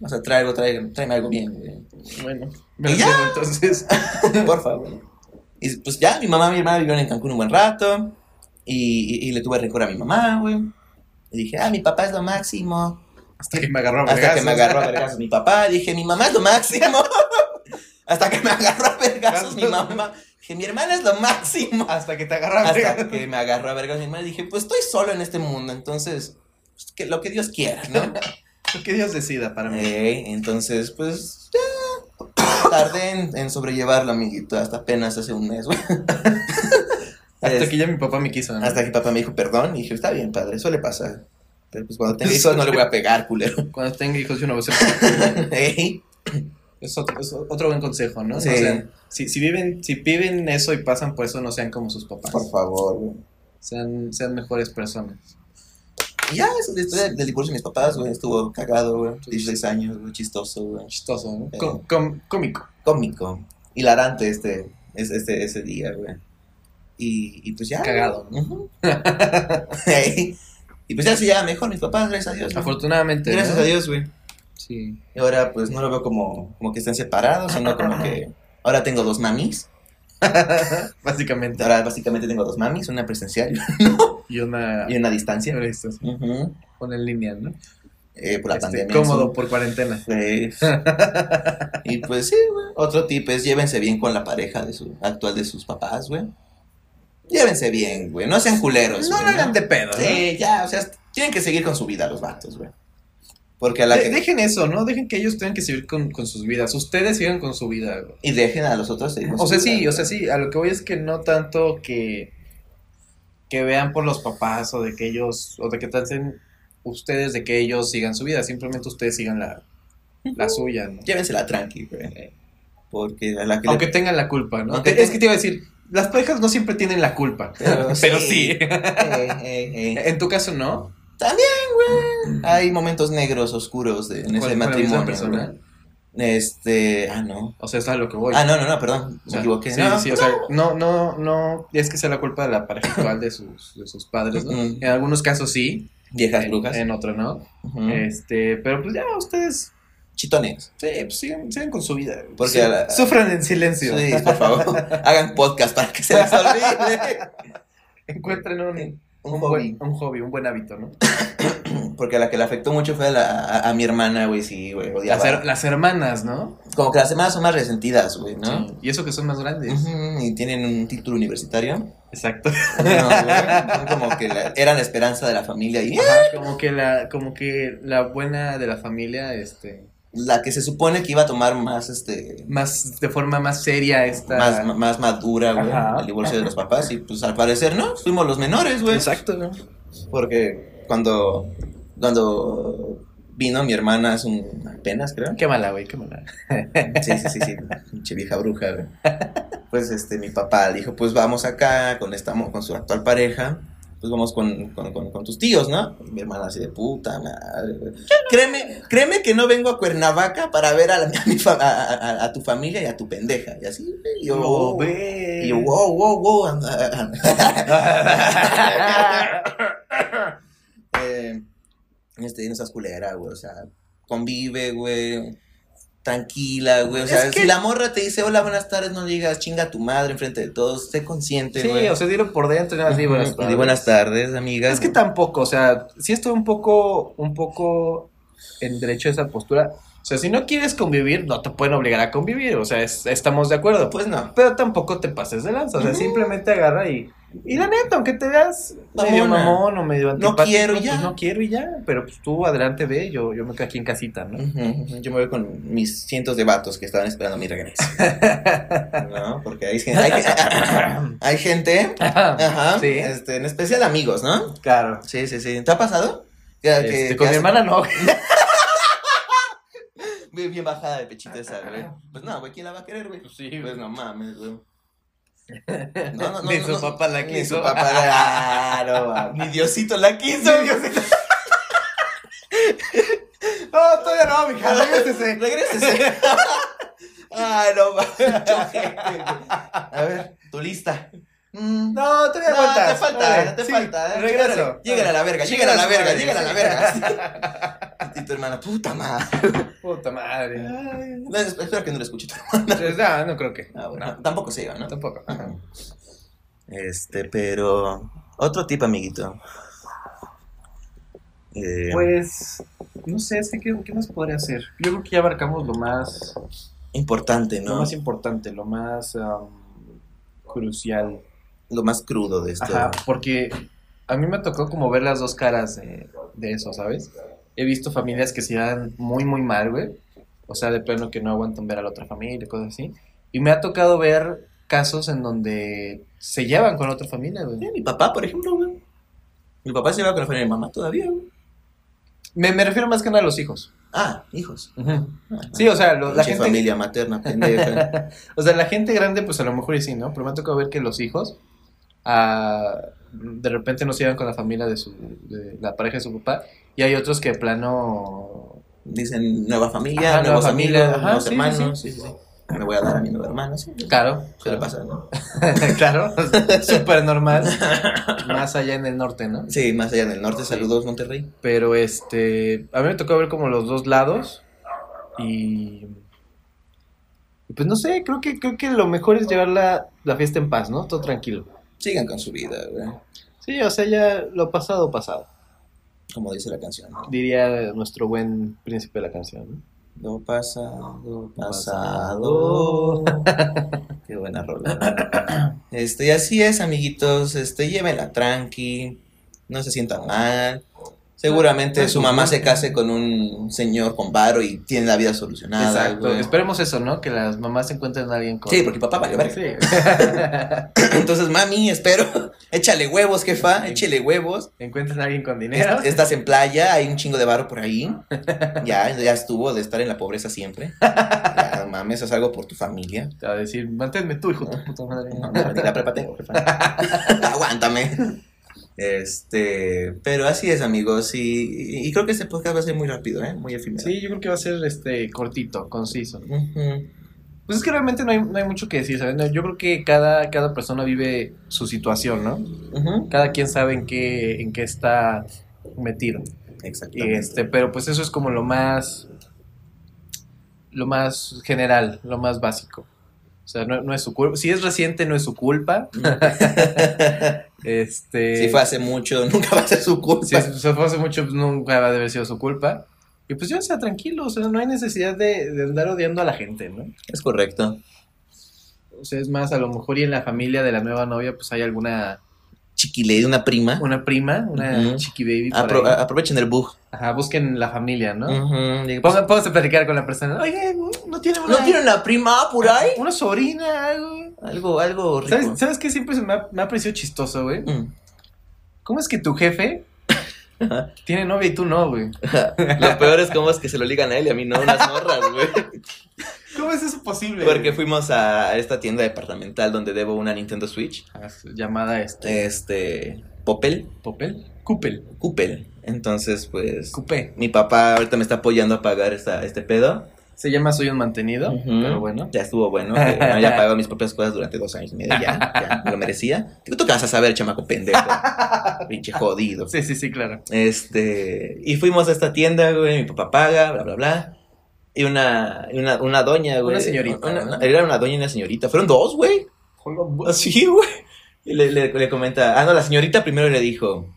Speaker 2: O sea, trae algo, trae, tráeme algo bien, güey.
Speaker 3: Bueno, me las
Speaker 2: ¿Y ya?
Speaker 3: llevo entonces.
Speaker 2: Por favor. Y pues ya, mi mamá y mi hermana vivieron en Cancún un buen rato. Y, y- y le tuve rencor a mi mamá, güey. Y dije, ah, mi papá es lo máximo.
Speaker 3: Hasta que me agarró a
Speaker 2: Hasta que me
Speaker 3: vergazos.
Speaker 2: agarró a vergazos mi papá. Dije, mi mamá es lo máximo. Hasta que me agarró a vergazos mi mamá. Dije, mi hermana es lo máximo.
Speaker 3: Hasta que te agarró a
Speaker 2: Hasta
Speaker 3: vergazos.
Speaker 2: que me agarró a vergazos mi hermana. Y dije, pues estoy solo en este mundo, entonces, pues, que lo que Dios quiera, ¿no?
Speaker 3: Que Dios decida para mí.
Speaker 2: Ey, entonces, pues, ya. Tardé en, en sobrellevarlo, amiguito, hasta apenas hace un mes, güey.
Speaker 3: Hasta
Speaker 2: Es-
Speaker 3: que ya mi papá me quiso. ¿no?
Speaker 2: hasta que papá me dijo perdón y dije, está bien, padre, suele pasar. Pero pues cuando tenga hijos no le voy a pegar, culero.
Speaker 3: Cuando tenga hijos yo no voy a ser
Speaker 2: Ey,
Speaker 3: Es otro, es otro buen consejo, ¿no?
Speaker 2: Sí.
Speaker 3: O sea, si, si viven, si viven eso y pasan por eso, no sean como sus papás.
Speaker 2: por favor, güey.
Speaker 3: Sean, sean mejores personas.
Speaker 2: Y ya, esa es la historia del divorcio de mis papás, güey. Estuvo cagado, güey. 16 años, güey, chistoso, güey.
Speaker 3: Chistoso, ¿no?
Speaker 2: Sí.
Speaker 3: Com- com- cómico.
Speaker 2: Cómico, hilarante este, es- este, ese día, güey. Y, y pues ya. güey.
Speaker 3: Cagado,
Speaker 2: Ujú. Ey. Y pues ya sí, ya mejor mis papás, gracias a Dios. güey.
Speaker 3: Afortunadamente. ¿no?
Speaker 2: Gracias a Dios, güey.
Speaker 3: Sí.
Speaker 2: Y ahora pues no lo veo como, como que estén separados, sino como que ahora tengo dos mamis.
Speaker 3: Básicamente.
Speaker 2: Ahora básicamente tengo dos mamis, una presencial
Speaker 3: Y una.
Speaker 2: y una a distancia.
Speaker 3: Ahora esto, sí.
Speaker 2: Ujú.
Speaker 3: Pon en línea, ¿no?
Speaker 2: Eh, por la
Speaker 3: Este,
Speaker 2: pandemia.
Speaker 3: cómodo por cuarentena.
Speaker 2: eso. Eh, y pues sí, güey. Otro tip es llévense bien con la pareja de su, actual de sus papás, güey. Llévense bien, güey. No sean culeros.
Speaker 3: No
Speaker 2: güey,
Speaker 3: lo hagan de pedo, ¿no?
Speaker 2: Pues Sí, ya, o sea, tienen que seguir con su vida los vatos, güey. Porque a la
Speaker 3: De-
Speaker 2: que...
Speaker 3: Dejen eso, ¿no? Dejen que ellos tengan que seguir con, con sus vidas. Ustedes sigan con su vida. güey.
Speaker 2: Y dejen a los otros seguir con
Speaker 3: O
Speaker 2: su
Speaker 3: sea,
Speaker 2: vida,
Speaker 3: sí, o
Speaker 2: güey.
Speaker 3: sea, sí, a lo que voy es que no tanto que, que vean por los papás o de que ellos, o de que traten ustedes de que ellos sigan su vida, simplemente ustedes sigan la, la suya, ¿no?
Speaker 2: Llévensela tranqui, güey. Porque a la que... le-
Speaker 3: Aunque tengan la culpa, ¿no?
Speaker 2: Aunque
Speaker 3: Te- Es que te iba a decir, las parejas no siempre tienen la culpa,
Speaker 2: Pero
Speaker 3: pero
Speaker 2: sí.
Speaker 3: sí.
Speaker 2: Eh, eh, eh.
Speaker 3: En tu caso, ¿no?
Speaker 2: Hay momentos negros, oscuros de, en
Speaker 3: Con-
Speaker 2: ese
Speaker 3: con la misma
Speaker 2: matrimonio.
Speaker 3: persona.
Speaker 2: güey. Este... Ah, no.
Speaker 3: O sea, es a lo que voy.
Speaker 2: Ah, no, no, no, perdón.
Speaker 3: O
Speaker 2: Me
Speaker 3: sea,
Speaker 2: equivoqué.
Speaker 3: Sí,
Speaker 2: No,
Speaker 3: sí, o sea, no, no, no, es que sea la culpa de la pareja actual de sus, de sus padres, ¿no? Eh,
Speaker 2: Mm.
Speaker 3: En algunos casos sí,
Speaker 2: Viejas
Speaker 3: en-
Speaker 2: brujas.
Speaker 3: en otros no.
Speaker 2: Ujú.
Speaker 3: Este, pero pues ya ustedes
Speaker 2: Chitones.
Speaker 3: Sí, pues sigan, sigan con su vida.
Speaker 2: Porque
Speaker 3: Sí,
Speaker 2: a la-
Speaker 3: Sufran en silencio.
Speaker 2: Sí, por favor. Hagan podcast para que se les olvide.
Speaker 3: Encuentren un,
Speaker 2: Un
Speaker 3: buen,
Speaker 2: hobby.
Speaker 3: un hobby, un buen hábito, ¿no?
Speaker 2: Porque a la que le afectó mucho fue a, la- a- a mi hermana, güey, sí, güey, odiaba.
Speaker 3: Las, her- las hermanas, ¿no?
Speaker 2: Como que las semanas son más resentidas, güey, ¿no?
Speaker 3: Sí, Y eso que son más grandes.
Speaker 2: Ujú, Y tienen un título universitario.
Speaker 3: Exacto.
Speaker 2: No, güey, son como que la- eran la esperanza de la familia y ¡ah!
Speaker 3: Ajá, como que la, como que la buena de la familia, este,
Speaker 2: la que se supone que iba a tomar más, este,
Speaker 3: más, de forma más seria esta.
Speaker 2: más, más madura, güey,
Speaker 3: Ajá.
Speaker 2: el divorcio de los papás. Y pues al parecer, ¿no? Fuimos los menores, güey.
Speaker 3: Exacto, ¿no?
Speaker 2: Porque cuando, cuando vino mi hermana hace un- apenas, creo.
Speaker 3: Qué mala, güey, qué mala.
Speaker 2: Sí, sí, sí, sí, pinche vieja bruja, güey. Pues este, mi papá le dijo, pues vamos acá, con esta, mo- con su actual pareja, pues vamos con, con, con, con tus tíos, ¿no? Y mi hermana así de puta madre, güey. Créeme, créeme que no vengo a Cuernavaca para ver a, la- a mi fa- a, a- a- a tu familia y a tu pendeja. Y así, güey, y yo,
Speaker 3: No,
Speaker 2: wow.
Speaker 3: ve.
Speaker 2: Y yo, wow, wow, wow. Eh, este, no seas culera, güey, o sea, convive, güey, tranquila, güey, o sea,
Speaker 3: Es que-
Speaker 2: si la morra te dice, hola, buenas tardes, no digas, chinga a tu madre enfrente de todos, sé consciente,
Speaker 3: Sí,
Speaker 2: güey.
Speaker 3: o sea, dilo por dentro y nada más di buenas
Speaker 2: Ujú,
Speaker 3: tardes.
Speaker 2: Di buenas tardes, amiga.
Speaker 3: Es que tampoco, o sea, sí estoy un poco, un poco en derecho a esa postura. O sea, si no quieres convivir, no te pueden obligar a convivir, o sea, es- estamos de acuerdo.
Speaker 2: Pues no.
Speaker 3: Pero tampoco te pases de lanza, o sea,
Speaker 2: Ujú.
Speaker 3: simplemente agarra y... Y la neta, aunque te veas medio
Speaker 2: Mamona.
Speaker 3: mamón o medio antipático,
Speaker 2: quiero y
Speaker 3: pues
Speaker 2: ya.
Speaker 3: no quiero y ya, pero pues tú adelante ve, yo, yo me quedo aquí en casita, ¿no?
Speaker 2: Ujú, ujú, Yo me voy con mis cientos de vatos que estaban esperando mi regreso. ¿No? Porque hay, gen- hay, gen- hay gente, ajá,
Speaker 3: Ah, Sí.
Speaker 2: este, en especial amigos, ¿no?
Speaker 3: Claro.
Speaker 2: Sí, sí, sí. ¿Te ha pasado? Que, que-
Speaker 3: Este,
Speaker 2: que
Speaker 3: con mi
Speaker 2: has-
Speaker 3: hermana no.
Speaker 2: Bien, bien bajada de pechito esa, güey. Pues no, güey, ¿quién la va a querer, güey?
Speaker 3: Ah, Sí,
Speaker 2: Pues no mames, güey. No, no, no,
Speaker 3: Ni
Speaker 2: no,
Speaker 3: su
Speaker 2: no.
Speaker 3: papá la
Speaker 2: Ni su
Speaker 3: quiso.
Speaker 2: papá la Ah, no, mames. Ni Diosito la quiso.
Speaker 3: No, todavía no, mija, regrésese.
Speaker 2: Regrésese. Ay, Ah, no mames. yo, gente, güey. A ver, tu lista. Mm,
Speaker 3: No, todavía
Speaker 2: No,
Speaker 3: aguantas.
Speaker 2: te falta,
Speaker 3: Órale,
Speaker 2: te
Speaker 3: sí,
Speaker 2: falta. eh.
Speaker 3: Regreso.
Speaker 2: Llégale a la verga, llégale a la verga,
Speaker 3: Órale,
Speaker 2: llégale a la
Speaker 3: sí.
Speaker 2: verga. sí. Y tu hermana, puta madre.
Speaker 3: Puta madre.
Speaker 2: Ay, no, espero que no lo escuche tu hermana.
Speaker 3: Entonces, No, no creo que.
Speaker 2: Ah, bueno,
Speaker 3: No,
Speaker 2: Tampoco se iba, ¿no?
Speaker 3: tampoco.
Speaker 2: Ajá. Este, pero. Otro tip, amiguito. Eh,
Speaker 3: Pues, no sé, es que ¿qué, qué más podría hacer? Yo creo que ya abarcamos lo más,
Speaker 2: importante,
Speaker 3: lo
Speaker 2: ¿no?
Speaker 3: más importante, lo más am, crucial.
Speaker 2: Lo más crudo de esto.
Speaker 3: Ajá, porque a mí me tocó como ver las dos caras de, de eso, ¿sabes? He visto familias que se dan muy, muy mal, güey. O sea, de plano que no aguantan ver a la otra familia, cosas así. Y me ha tocado ver casos en donde se llevan con la otra familia, güey.
Speaker 2: Eh, Mi papá, por ejemplo, güey. Mi papá se va con la familia de mi mamá todavía, güey.
Speaker 3: Me, me refiero más que nada a los hijos.
Speaker 2: Ah, hijos. Ah,
Speaker 3: Sí, o sea, lo- la
Speaker 2: Pinche
Speaker 3: gente...
Speaker 2: familia materna, pendeja.
Speaker 3: O sea, la gente grande, pues a lo mejor y sí, ¿no? Pero me ha tocado ver que los hijos ah, de repente no se llevan con la familia de, su, de la pareja de su papá. Y hay otros que de plano.
Speaker 2: Dicen nueva familia,
Speaker 3: Ajá, nueva
Speaker 2: nuevos
Speaker 3: familia,
Speaker 2: amigos,
Speaker 3: ajá,
Speaker 2: nuevos
Speaker 3: sí, sí,
Speaker 2: hermanos. sí, sí, sí. Me voy a dar a mi nuevo hermano, sí. ¿Qué
Speaker 3: Claro,
Speaker 2: le pasa, no?
Speaker 3: claro, súper normal. Más allá en el norte, ¿no?
Speaker 2: Sí, más allá del norte, saludos, Monterrey.
Speaker 3: Pero este. A mí me tocó ver como los dos lados. Y. y Pues no sé, creo que, creo que lo mejor es llevar la, la fiesta en paz, ¿no? Todo tranquilo.
Speaker 2: Sigan con su vida, güey.
Speaker 3: Sí, o sea, ya lo pasado, pasado.
Speaker 2: Como dice la canción. ¿no?
Speaker 3: diría nuestro buen príncipe de la canción. ¿no?
Speaker 2: Lo pasado, pasado. Qué buena rola. Este, y así es, amiguitos. Este, llévenla tranqui. No se sientan mal. Seguramente su mamá se case con un señor con varo y tiene la vida solucionada.
Speaker 3: Exacto.
Speaker 2: güey.
Speaker 3: Esperemos eso, ¿no? Que las mamás encuentren a alguien con.
Speaker 2: Sí, porque papá valió verga.
Speaker 3: Sí.
Speaker 2: Entonces, mami, espero. Échale huevos, jefa. Échale huevos.
Speaker 3: encuentren a alguien con dinero.
Speaker 2: Est- Estás en playa, hay un chingo de barro por ahí. Ya, ya estuvo de estar en la pobreza siempre. Ya, no mames, haz algo por tu familia.
Speaker 3: Te va a decir, manténme tú, hijo de tu puta madre.
Speaker 2: No, no, ni la prepa tengo, jefa. Aguántame. Este, pero así es, amigos. Y, y creo que este podcast va a ser muy rápido, ¿eh? Muy efímero.
Speaker 3: Sí, yo creo que va a ser este cortito, conciso.
Speaker 2: Ujú.
Speaker 3: Pues es que realmente no hay, no hay mucho que decir, ¿sabes? No, Yo creo que cada, cada persona vive su situación, ¿no?
Speaker 2: Ujú.
Speaker 3: Cada quien sabe en qué, en qué está metido. Y
Speaker 2: Exactamente.
Speaker 3: este, pero pues eso es como lo más lo más general, lo más básico. O sea, no, no es su culpa. Si es reciente, no es su culpa. Este.
Speaker 2: si fue hace mucho, nunca va a ser su culpa.
Speaker 3: si es- se fue hace mucho, pues, nunca va a haber sido su culpa. Y pues ya, o sea, tranquilo. O sea, no hay necesidad de, de andar odiando a la gente, ¿no?
Speaker 2: Es correcto.
Speaker 3: O sea, es más, a lo mejor y en la familia de la nueva novia, pues hay alguna.
Speaker 2: Chiquile de una prima.
Speaker 3: Una prima, una
Speaker 2: Ujú.
Speaker 3: chiqui baby. por
Speaker 2: Apro-
Speaker 3: ahí.
Speaker 2: aprovechen el bug.
Speaker 3: Ajá, busquen la familia,
Speaker 2: Ah.
Speaker 3: ¿no?
Speaker 2: Ujú. Digo,
Speaker 3: Pongan- pónganse a platicar con la persona. Oye, no tiene
Speaker 2: ¿No tienen la prima por ahí?
Speaker 3: Una sobrina, algo.
Speaker 2: Algo, algo rico.
Speaker 3: ¿Sabes, ¿Sabes qué? Siempre se me ha, me ha parecido chistoso, güey.
Speaker 2: Mm.
Speaker 3: ¿Cómo es que tu jefe
Speaker 2: Ajá.
Speaker 3: tiene novia y tú no, güey?
Speaker 2: Lo peor es cómo es que se lo ligan a él y a mí no, unas morras, güey.
Speaker 3: ¿Cómo es eso posible?
Speaker 2: Porque
Speaker 3: güey?
Speaker 2: fuimos a esta tienda departamental donde debo una Nintendo Switch.
Speaker 3: Ah, su Llamada este.
Speaker 2: Este. Popel.
Speaker 3: ¿Popel? Cupel.
Speaker 2: Cupel. Entonces, pues.
Speaker 3: Cupé.
Speaker 2: Mi papá ahorita me está apoyando a pagar esta, este pedo.
Speaker 3: Se llama Soy un mantenido,
Speaker 2: Ujú.
Speaker 3: pero bueno.
Speaker 2: Ya estuvo bueno. que, bueno, ya pago mis propias cosas durante dos años y medio. Ya, ya me lo merecía. Digo, tú qué vas a saber, chamaco pendejo. Pinche jodido.
Speaker 3: Sí, sí, sí, claro.
Speaker 2: Este, y fuimos a esta tienda, güey, mi papá paga, bla, bla, bla. Y una, y una, una doña, güey.
Speaker 3: Una señorita,
Speaker 2: Una-
Speaker 3: ¿no?
Speaker 2: una- era una doña y una señorita. Fueron dos, güey. Así, güey. Y le, le- le comenta, ah, no, la señorita primero le dijo,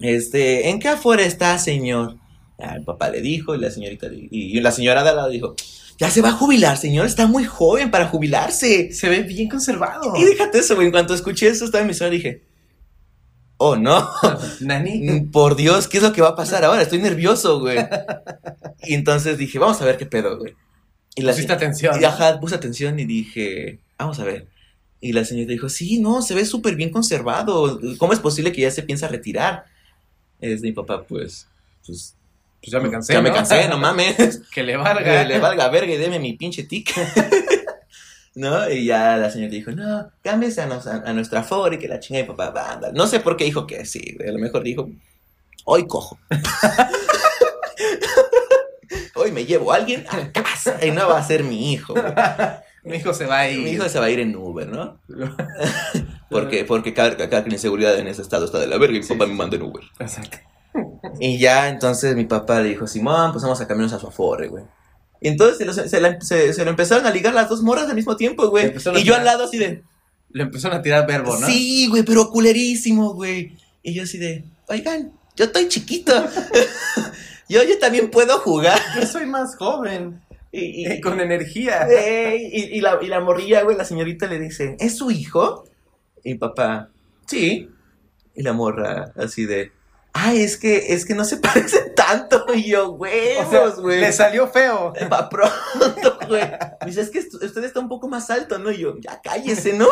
Speaker 2: este, ¿en qué afora está, señor? Ah, el papá le dijo y la señorita, le- y, y la señora de al lado dijo, ya se va a jubilar, señor, está muy joven para jubilarse.
Speaker 3: Se ve bien conservado.
Speaker 2: Y déjate eso, güey, en cuanto escuché eso, estaba en mi zona y dije, oh, no.
Speaker 3: Nani.
Speaker 2: Mm, Por Dios, ¿qué es lo que va a pasar ahora? Estoy nervioso, güey. Y entonces dije, vamos a ver qué pedo, güey. Y la
Speaker 3: Pusiste atención.
Speaker 2: y, ajá, puse atención y dije, vamos a ver. Y la señorita dijo, sí, no, se ve súper bien conservado. ¿Cómo es posible que ya se piensa retirar? Es mi papá, pues, pues,
Speaker 3: Pues ya me cansé.
Speaker 2: Ya
Speaker 3: ¿no?
Speaker 2: me cansé, no mames.
Speaker 3: Que le
Speaker 2: Que
Speaker 3: valga.
Speaker 2: le valga verga y deme mi pinche tica. ¿No? Y ya la señora dijo, no, cámbiese a, nos- a- a nuestra favor y que la chinga de papá banda. No sé por qué dijo que sí, güey. A lo mejor dijo, hoy cojo. hoy me llevo a alguien a casa y no va a ser mi hijo. güey.
Speaker 3: Mi hijo se va a ir.
Speaker 2: Mi hijo se va a ir en Uber, ¿no? Porque, porque cada, cada inseguridad en ese estado está de la verga y mi
Speaker 3: Sí,
Speaker 2: papá
Speaker 3: sí,
Speaker 2: me manda en Uber.
Speaker 3: Exacto.
Speaker 2: Y ya, entonces mi papá le dijo, Simón, pues vamos a cambiarnos a su aforre, güey. Y entonces se lo, se, la- se- se lo empezaron a ligar las dos morras al mismo tiempo,
Speaker 3: Se
Speaker 2: güey.
Speaker 3: empezaron a
Speaker 2: Y yo al
Speaker 3: ligar.
Speaker 2: lado así de,
Speaker 3: Le empezaron a tirar verbo, ¿no?
Speaker 2: sí, güey, pero culerísimo, güey. Y yo así de, oigan, yo estoy chiquito. yo, yo también puedo jugar.
Speaker 3: Yo soy más joven.
Speaker 2: Y,
Speaker 3: Y
Speaker 2: y-
Speaker 3: Eh, con energía.
Speaker 2: Ey, y, y la, y la morrilla, güey, la señorita le dice, ¿es su hijo? Y mi papá, sí. Y la morra, así de, ay, es que, es que no se parecen tanto. Y yo, güey,
Speaker 3: O sea,
Speaker 2: güey.
Speaker 3: le salió feo.
Speaker 2: Pa' pronto, güey. Me dice, es que est- usted está un poco más alto, ¿no? Y yo, ya cállese, ¿no?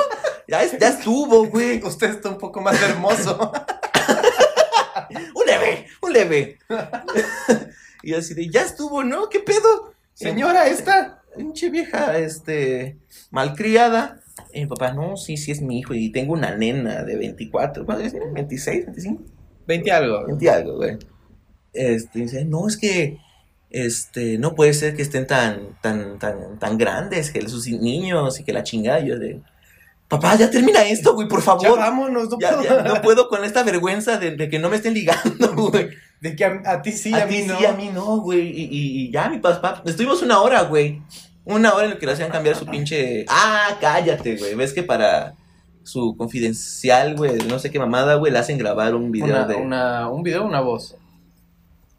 Speaker 2: Ya, es- ya estuvo, güey.
Speaker 3: Usted está un poco más hermoso.
Speaker 2: Un leve, un leve. y yo así de, ya estuvo, ¿no? ¿Qué pedo?
Speaker 3: Señora, esta.
Speaker 2: pinche vieja, este, malcriada. Y mi papá, no, sí, sí es mi hijo y tengo una nena de 24, ¿cuánto es? 26, 25,
Speaker 3: 20 algo.
Speaker 2: 20 algo, güey. Este, dice, no, es que, este, no puede ser que estén tan, tan, tan, tan grandes, que sus niños y que la chingada, Y yo de, papá, ya termina esto, güey, por
Speaker 3: Ya
Speaker 2: favor.
Speaker 3: vámonos, no
Speaker 2: Ya,
Speaker 3: puedo.
Speaker 2: ya, no puedo con esta vergüenza de, de que no me estén ligando, güey.
Speaker 3: De que a, a ti sí, a,
Speaker 2: a
Speaker 3: mí
Speaker 2: ti
Speaker 3: no.
Speaker 2: sí, a mí no, güey. Y, y- y ya, mi papá. Estuvimos una hora, güey. Una hora en la que le hacían cambiar su pinche. Ah, cállate, güey. Ves que para su confidencial, güey, no sé qué mamada, güey, le hacen grabar un video
Speaker 3: Una-
Speaker 2: de.
Speaker 3: una- un video, una voz.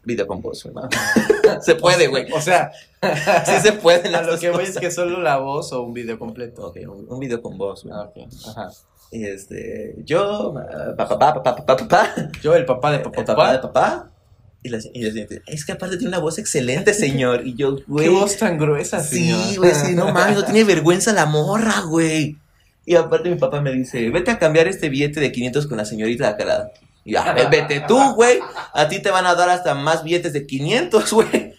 Speaker 2: Video con voz, güey. se puede, güey.
Speaker 3: O sea,
Speaker 2: Sí se puede.
Speaker 3: a lo que voy es que solo la voz o un video completo.
Speaker 2: Ok, un, un video con voz, güey.
Speaker 3: Ah, ok. Ajá.
Speaker 2: Y Este. Yo. Papá, papá, papá, papá, papá.
Speaker 3: Yo, el papá de
Speaker 2: El papá de
Speaker 3: papá.
Speaker 2: papá. Y la, y la siguiente, es que aparte tiene una voz excelente, señor. Y yo, güey.
Speaker 3: Qué voz tan gruesa, señor.
Speaker 2: Sí, güey, sí, no mames, no tiene vergüenza la morra, güey. Y aparte mi papá me dice, vete a cambiar este billete de 500 con la señorita de acá al lado. Y yo, "Ah, ve- vete tú, güey. A ti te van a dar hasta más billetes de 500, güey.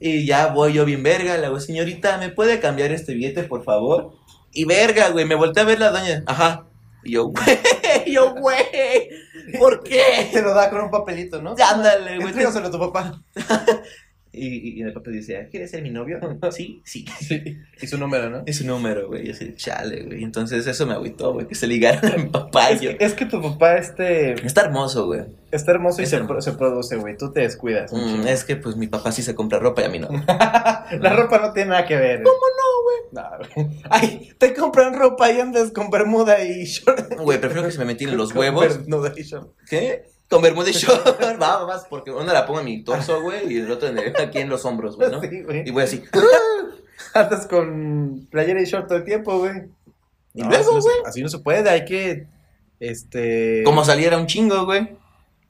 Speaker 2: Y ya voy yo bien verga, le digo, señorita, ¿me puede cambiar este billete, por favor? Y verga, güey, me volteé a ver la doña. Ajá. Y yo, güey, yo, güey, ¿por qué?
Speaker 3: Te lo da con un papelito, ¿no?
Speaker 2: Ándale, güey. te-
Speaker 3: Entrégaselo a tu papá.
Speaker 2: Y, y el papá dice, ¿quieres ser mi novio? Sí, sí.
Speaker 3: Y su número, ¿no?
Speaker 2: Es su número, güey. Yo así, chale, güey. Entonces eso me agüitó, güey, que se ligaron a mi papá y yo.
Speaker 3: Es que tu papá este
Speaker 2: Está hermoso, güey.
Speaker 3: está hermoso y
Speaker 2: Es
Speaker 3: se,
Speaker 2: hermoso.
Speaker 3: pro- se produce, güey. Tú te descuidas. un
Speaker 2: Mm,
Speaker 3: chingo.
Speaker 2: es que pues mi papá sí se compra ropa y a mí no.
Speaker 3: La ropa no tiene nada que ver. ¿Cómo no, güey? No, güey. Ay, te compran ropa y andas con bermuda y short.
Speaker 2: Güey, prefiero que se me metieran los
Speaker 3: Con
Speaker 2: huevos.
Speaker 3: Bermuda y short.
Speaker 2: ¿Qué? Con bermuda y short. Va, vas, porque uno la pongo en mi torso, güey, y el otro en el- aquí en los hombros, güey, ¿no?
Speaker 3: Sí, güey.
Speaker 2: Y voy así.
Speaker 3: Andas con playera y short todo el tiempo, güey.
Speaker 2: Y
Speaker 3: No,
Speaker 2: luego,
Speaker 3: así no se-
Speaker 2: güey.
Speaker 3: así no se puede, hay que. Este.
Speaker 2: Como saliera un chingo, güey.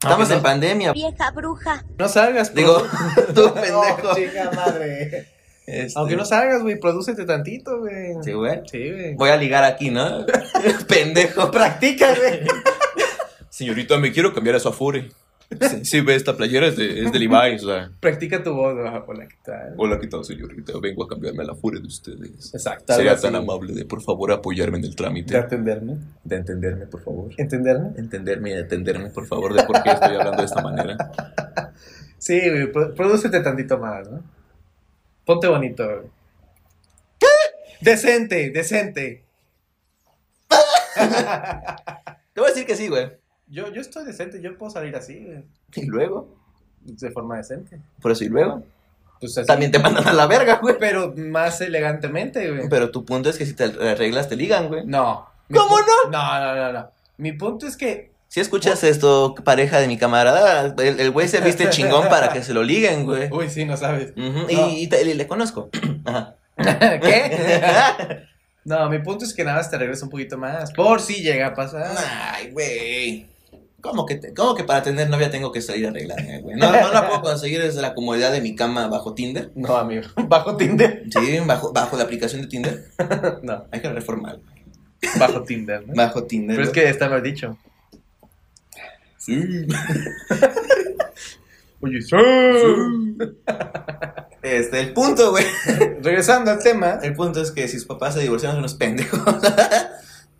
Speaker 2: Estamos
Speaker 3: no.
Speaker 2: en pandemia.
Speaker 1: vieja bruja.
Speaker 3: No salgas,
Speaker 2: Digo,
Speaker 3: produ-
Speaker 2: tú,
Speaker 3: No,
Speaker 2: pendejo.
Speaker 3: chica madre.
Speaker 2: Este,
Speaker 3: Aunque no salgas, güey, prodúcete tantito, güey.
Speaker 2: Sí, güey.
Speaker 3: Sí, güey.
Speaker 2: Voy a ligar aquí, ¿no? Pendejo.
Speaker 3: Practica, güey.
Speaker 2: Señorita, me quiero cambiar a su Afore. Sí, sí, ve, esta playera es de, es de Levi's. ah.
Speaker 3: Practica tu voz, güey. Hola, ¿qué tal?
Speaker 2: Hola, ¿qué tal, señorita? Vengo a cambiarme a la Afore de ustedes.
Speaker 3: Exacto. algo
Speaker 2: Sería
Speaker 3: así.
Speaker 2: tan amable de, por favor, apoyarme en el
Speaker 3: De
Speaker 2: trámite.
Speaker 3: atenderme.
Speaker 2: De entenderme, por favor.
Speaker 3: ¿Entenderme?
Speaker 2: Entenderme y entenderme, por favor, de por qué estoy hablando de esta manera.
Speaker 3: Sí, güey, pro- prodúcete tantito más, ¿no? Ponte bonito, güey. Decente, decente.
Speaker 2: Te voy a decir que sí, güey.
Speaker 3: Yo, yo estoy decente, yo puedo salir así, güey,
Speaker 2: ¿Y luego?
Speaker 3: de forma decente.
Speaker 2: Por eso, ¿y luego?
Speaker 3: Pues así,
Speaker 2: También te mandan a la verga, güey.
Speaker 3: pero más elegantemente, güey.
Speaker 2: Pero tu punto es que si te arreglas, te ligan, güey.
Speaker 3: No. Mi
Speaker 2: ¿Cómo
Speaker 3: pu- No, no, no, no. Mi punto es que
Speaker 2: Si escuchas esto, pareja de mi camarada, el el güey se viste chingón para que se lo liguen, güey.
Speaker 3: Uy, sí, no sabes.
Speaker 2: Ujú,
Speaker 3: No.
Speaker 2: Y, y te- y le conozco. Ajá.
Speaker 3: ¿Qué? No, mi punto es que nada más te regresa un poquito más. Por si llega a pasar.
Speaker 2: Ay, güey. ¿Cómo que, te- cómo que para tener novia tengo que salir a arreglarme, güey? No, no la puedo conseguir desde la comodidad de mi cama bajo Tinder.
Speaker 3: No, amigo. Bajo Tinder.
Speaker 2: Sí, bajo, bajo la aplicación de Tinder.
Speaker 3: No,
Speaker 2: Hay que reformar.
Speaker 3: bajo Tinder, ¿no?
Speaker 2: Bajo Tinder.
Speaker 3: Pero es que está mal dicho.
Speaker 2: Sí.
Speaker 3: Oye,
Speaker 2: Este, el punto, güey.
Speaker 3: Regresando al tema.
Speaker 2: El punto es que si sus papás se divorciaron son unos pendejos.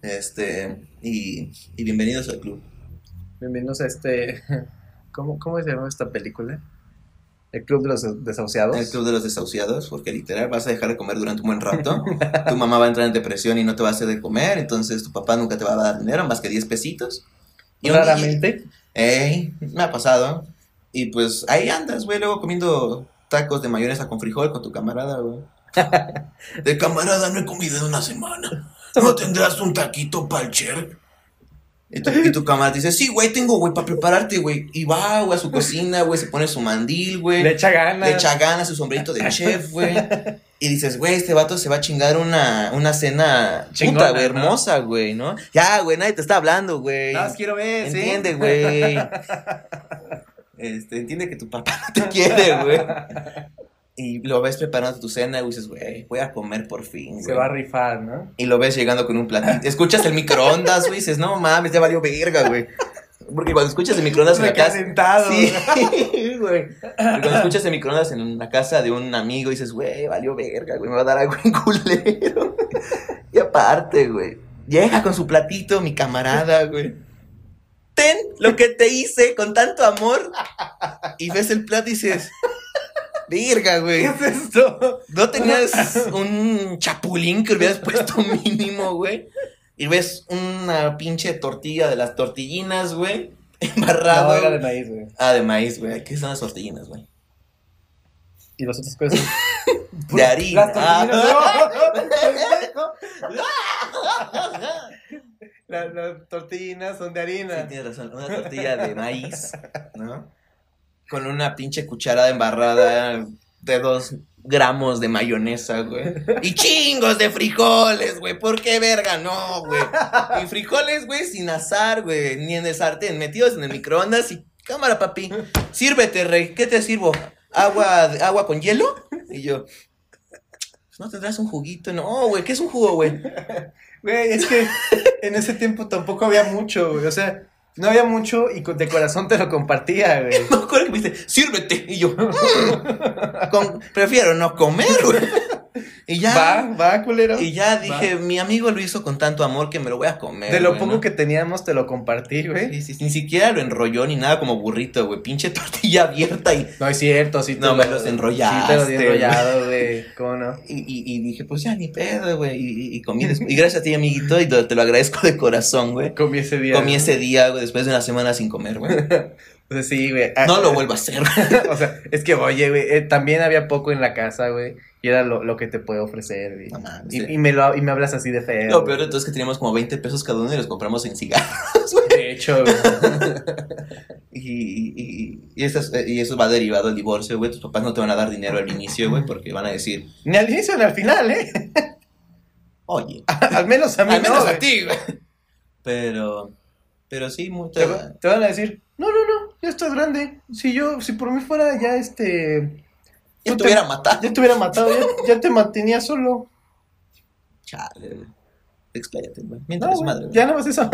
Speaker 2: Este, y, y bienvenidos al club.
Speaker 3: Bienvenidos a este. ¿Cómo, cómo se llama esta película? El club de los desahuciados.
Speaker 2: El club de los desahuciados, porque literal vas a dejar de comer durante un buen rato. tu mamá va a entrar en depresión y no te va a hacer de comer, entonces tu papá nunca te va a dar dinero más que 10 pesitos. Y un día-
Speaker 3: Raramente.
Speaker 2: Ey, me ha pasado. Y pues ahí andas, güey, luego comiendo tacos de mayonesa con frijol con tu camarada, güey. De camarada no he comido en una semana. ¿No tendrás un taquito pa'l cher? Y tu, y tu camarada dice, sí, güey, tengo, güey, para prepararte, güey. Y va, güey, a su cocina, güey, se pone su mandil, güey.
Speaker 3: Le echa ganas.
Speaker 2: Le echa ganas su sombrerito de chef, güey. Y dices, güey, este vato se va a chingar una, una cena
Speaker 3: Chingona,
Speaker 2: puta, güey,
Speaker 3: ¿no?
Speaker 2: hermosa, güey, ¿no? Ya, güey, nadie te está hablando, güey.
Speaker 3: Nada más quiero ver, ¿sí?
Speaker 2: Entiende, güey. Este, entiende que tu papá no te quiere, güey. Y lo ves preparando tu cena y dices, güey, voy a comer por fin, güey.
Speaker 3: Se va a rifar, ¿no?
Speaker 2: Y lo ves llegando con un platito. Escuchas el microondas, güey, y dices, no mames, ya valió verga, güey. Porque cuando escuchas el microondas en la casa.
Speaker 3: Recalentado.
Speaker 2: Sí, güey. Porque Cuando escuchas el microondas en la casa de un amigo, dices, güey, valió verga, güey, me va a dar algo en culero. Y aparte, güey, llega con su platito, mi camarada, güey. Ten lo que te hice con tanto amor. Y ves el plato y dices, verga,
Speaker 3: ¿Qué
Speaker 2: güey.
Speaker 3: es esto?
Speaker 2: ¿No tenías un chapulín que hubieras puesto mínimo, güey? Y ves una pinche tortilla de las tortillinas, güey,
Speaker 3: No,
Speaker 2: embarrado.
Speaker 3: era de maíz, güey.
Speaker 2: Ah, de maíz, güey. ¿Qué son las tortillinas, güey?
Speaker 3: Y las otras cosas.
Speaker 2: De harina.
Speaker 3: Las tortillas.
Speaker 2: Ah.
Speaker 3: Las, las tortillas son de
Speaker 2: Sí,
Speaker 3: harina.
Speaker 2: tienes razón. Una tortilla de maíz, ¿no? Con una pinche cucharada embarrada de dos gramos de mayonesa, güey. Y chingos de frijoles, güey. ¿Por qué verga? No, güey. Y frijoles, güey, sin azar, güey. Ni en el sartén, metidos en el microondas y cámara, papi. Sírvete, rey. ¿Qué te sirvo? ¿Agua, agua con hielo? Y yo. ¿No tendrás un juguito? No, güey. ¿Qué es un jugo, güey?
Speaker 3: Güey, es que en ese tiempo tampoco había mucho, güey. O sea, no había mucho y con- de corazón te lo compartía, güey.
Speaker 2: Me acuerdo que me dice, sírvete. Y yo, "Mm, con- prefiero no comer, güey. Y ya,
Speaker 3: Va, va, culero.
Speaker 2: y ya dije, mi amigo lo hizo con tanto amor que me lo voy a comer.
Speaker 3: de lo
Speaker 2: güey,
Speaker 3: poco
Speaker 2: ¿no?
Speaker 3: que teníamos te lo compartí, güey.
Speaker 2: Sí, sí, sí, Ni siquiera lo enrolló ni nada como burrito, güey. Pinche tortilla abierta y,
Speaker 3: No, es cierto, sí. te
Speaker 2: No, me los
Speaker 3: Sí, te lo di
Speaker 2: enrollaste,
Speaker 3: enrollado, güey. ¿Cómo no?
Speaker 2: y, y- y dije, pues ya ni pedo, güey. Y, y- y comí después. Y gracias a ti, amiguito, y te te lo agradezco de corazón, güey.
Speaker 3: Comí ese día.
Speaker 2: Comí ese día, güey, después de una semana sin comer, güey.
Speaker 3: O sea, sí, güey. Ah,
Speaker 2: No lo vuelvo a hacer.
Speaker 3: O sea, es que, oye, güey, eh, también había poco en la casa, güey. Y era lo, lo que te puedo ofrecer, güey.
Speaker 2: No mames,
Speaker 3: Y,
Speaker 2: sí.
Speaker 3: y me lo, y me hablas así de feo.
Speaker 2: Lo
Speaker 3: güey.
Speaker 2: peor de todo es que teníamos como 20 pesos cada uno y los compramos en cigarros.
Speaker 3: De hecho, güey.
Speaker 2: Y, y, y, eso, y eso va derivado al divorcio, güey. Tus papás no te van a dar dinero al inicio, güey, porque van a decir,
Speaker 3: Ni al inicio ni al final, ¿eh?
Speaker 2: oye,
Speaker 3: Al menos a mí
Speaker 2: al menos
Speaker 3: no,
Speaker 2: a
Speaker 3: güey.
Speaker 2: ti, güey. Pero, pero sí, muy
Speaker 3: Te, va- te van a decir, no, no, no, ya estás grande. Si yo, si por mí fuera ya este...
Speaker 2: Yo te
Speaker 3: tú te-
Speaker 2: hubiera matado.
Speaker 3: Ya te hubiera matado, ya, ya te mantenía solo.
Speaker 2: Chale, güey. Expláyate, güey.
Speaker 3: No,
Speaker 2: Mientras
Speaker 3: güey,
Speaker 2: madre, güey.
Speaker 3: ya no más eso.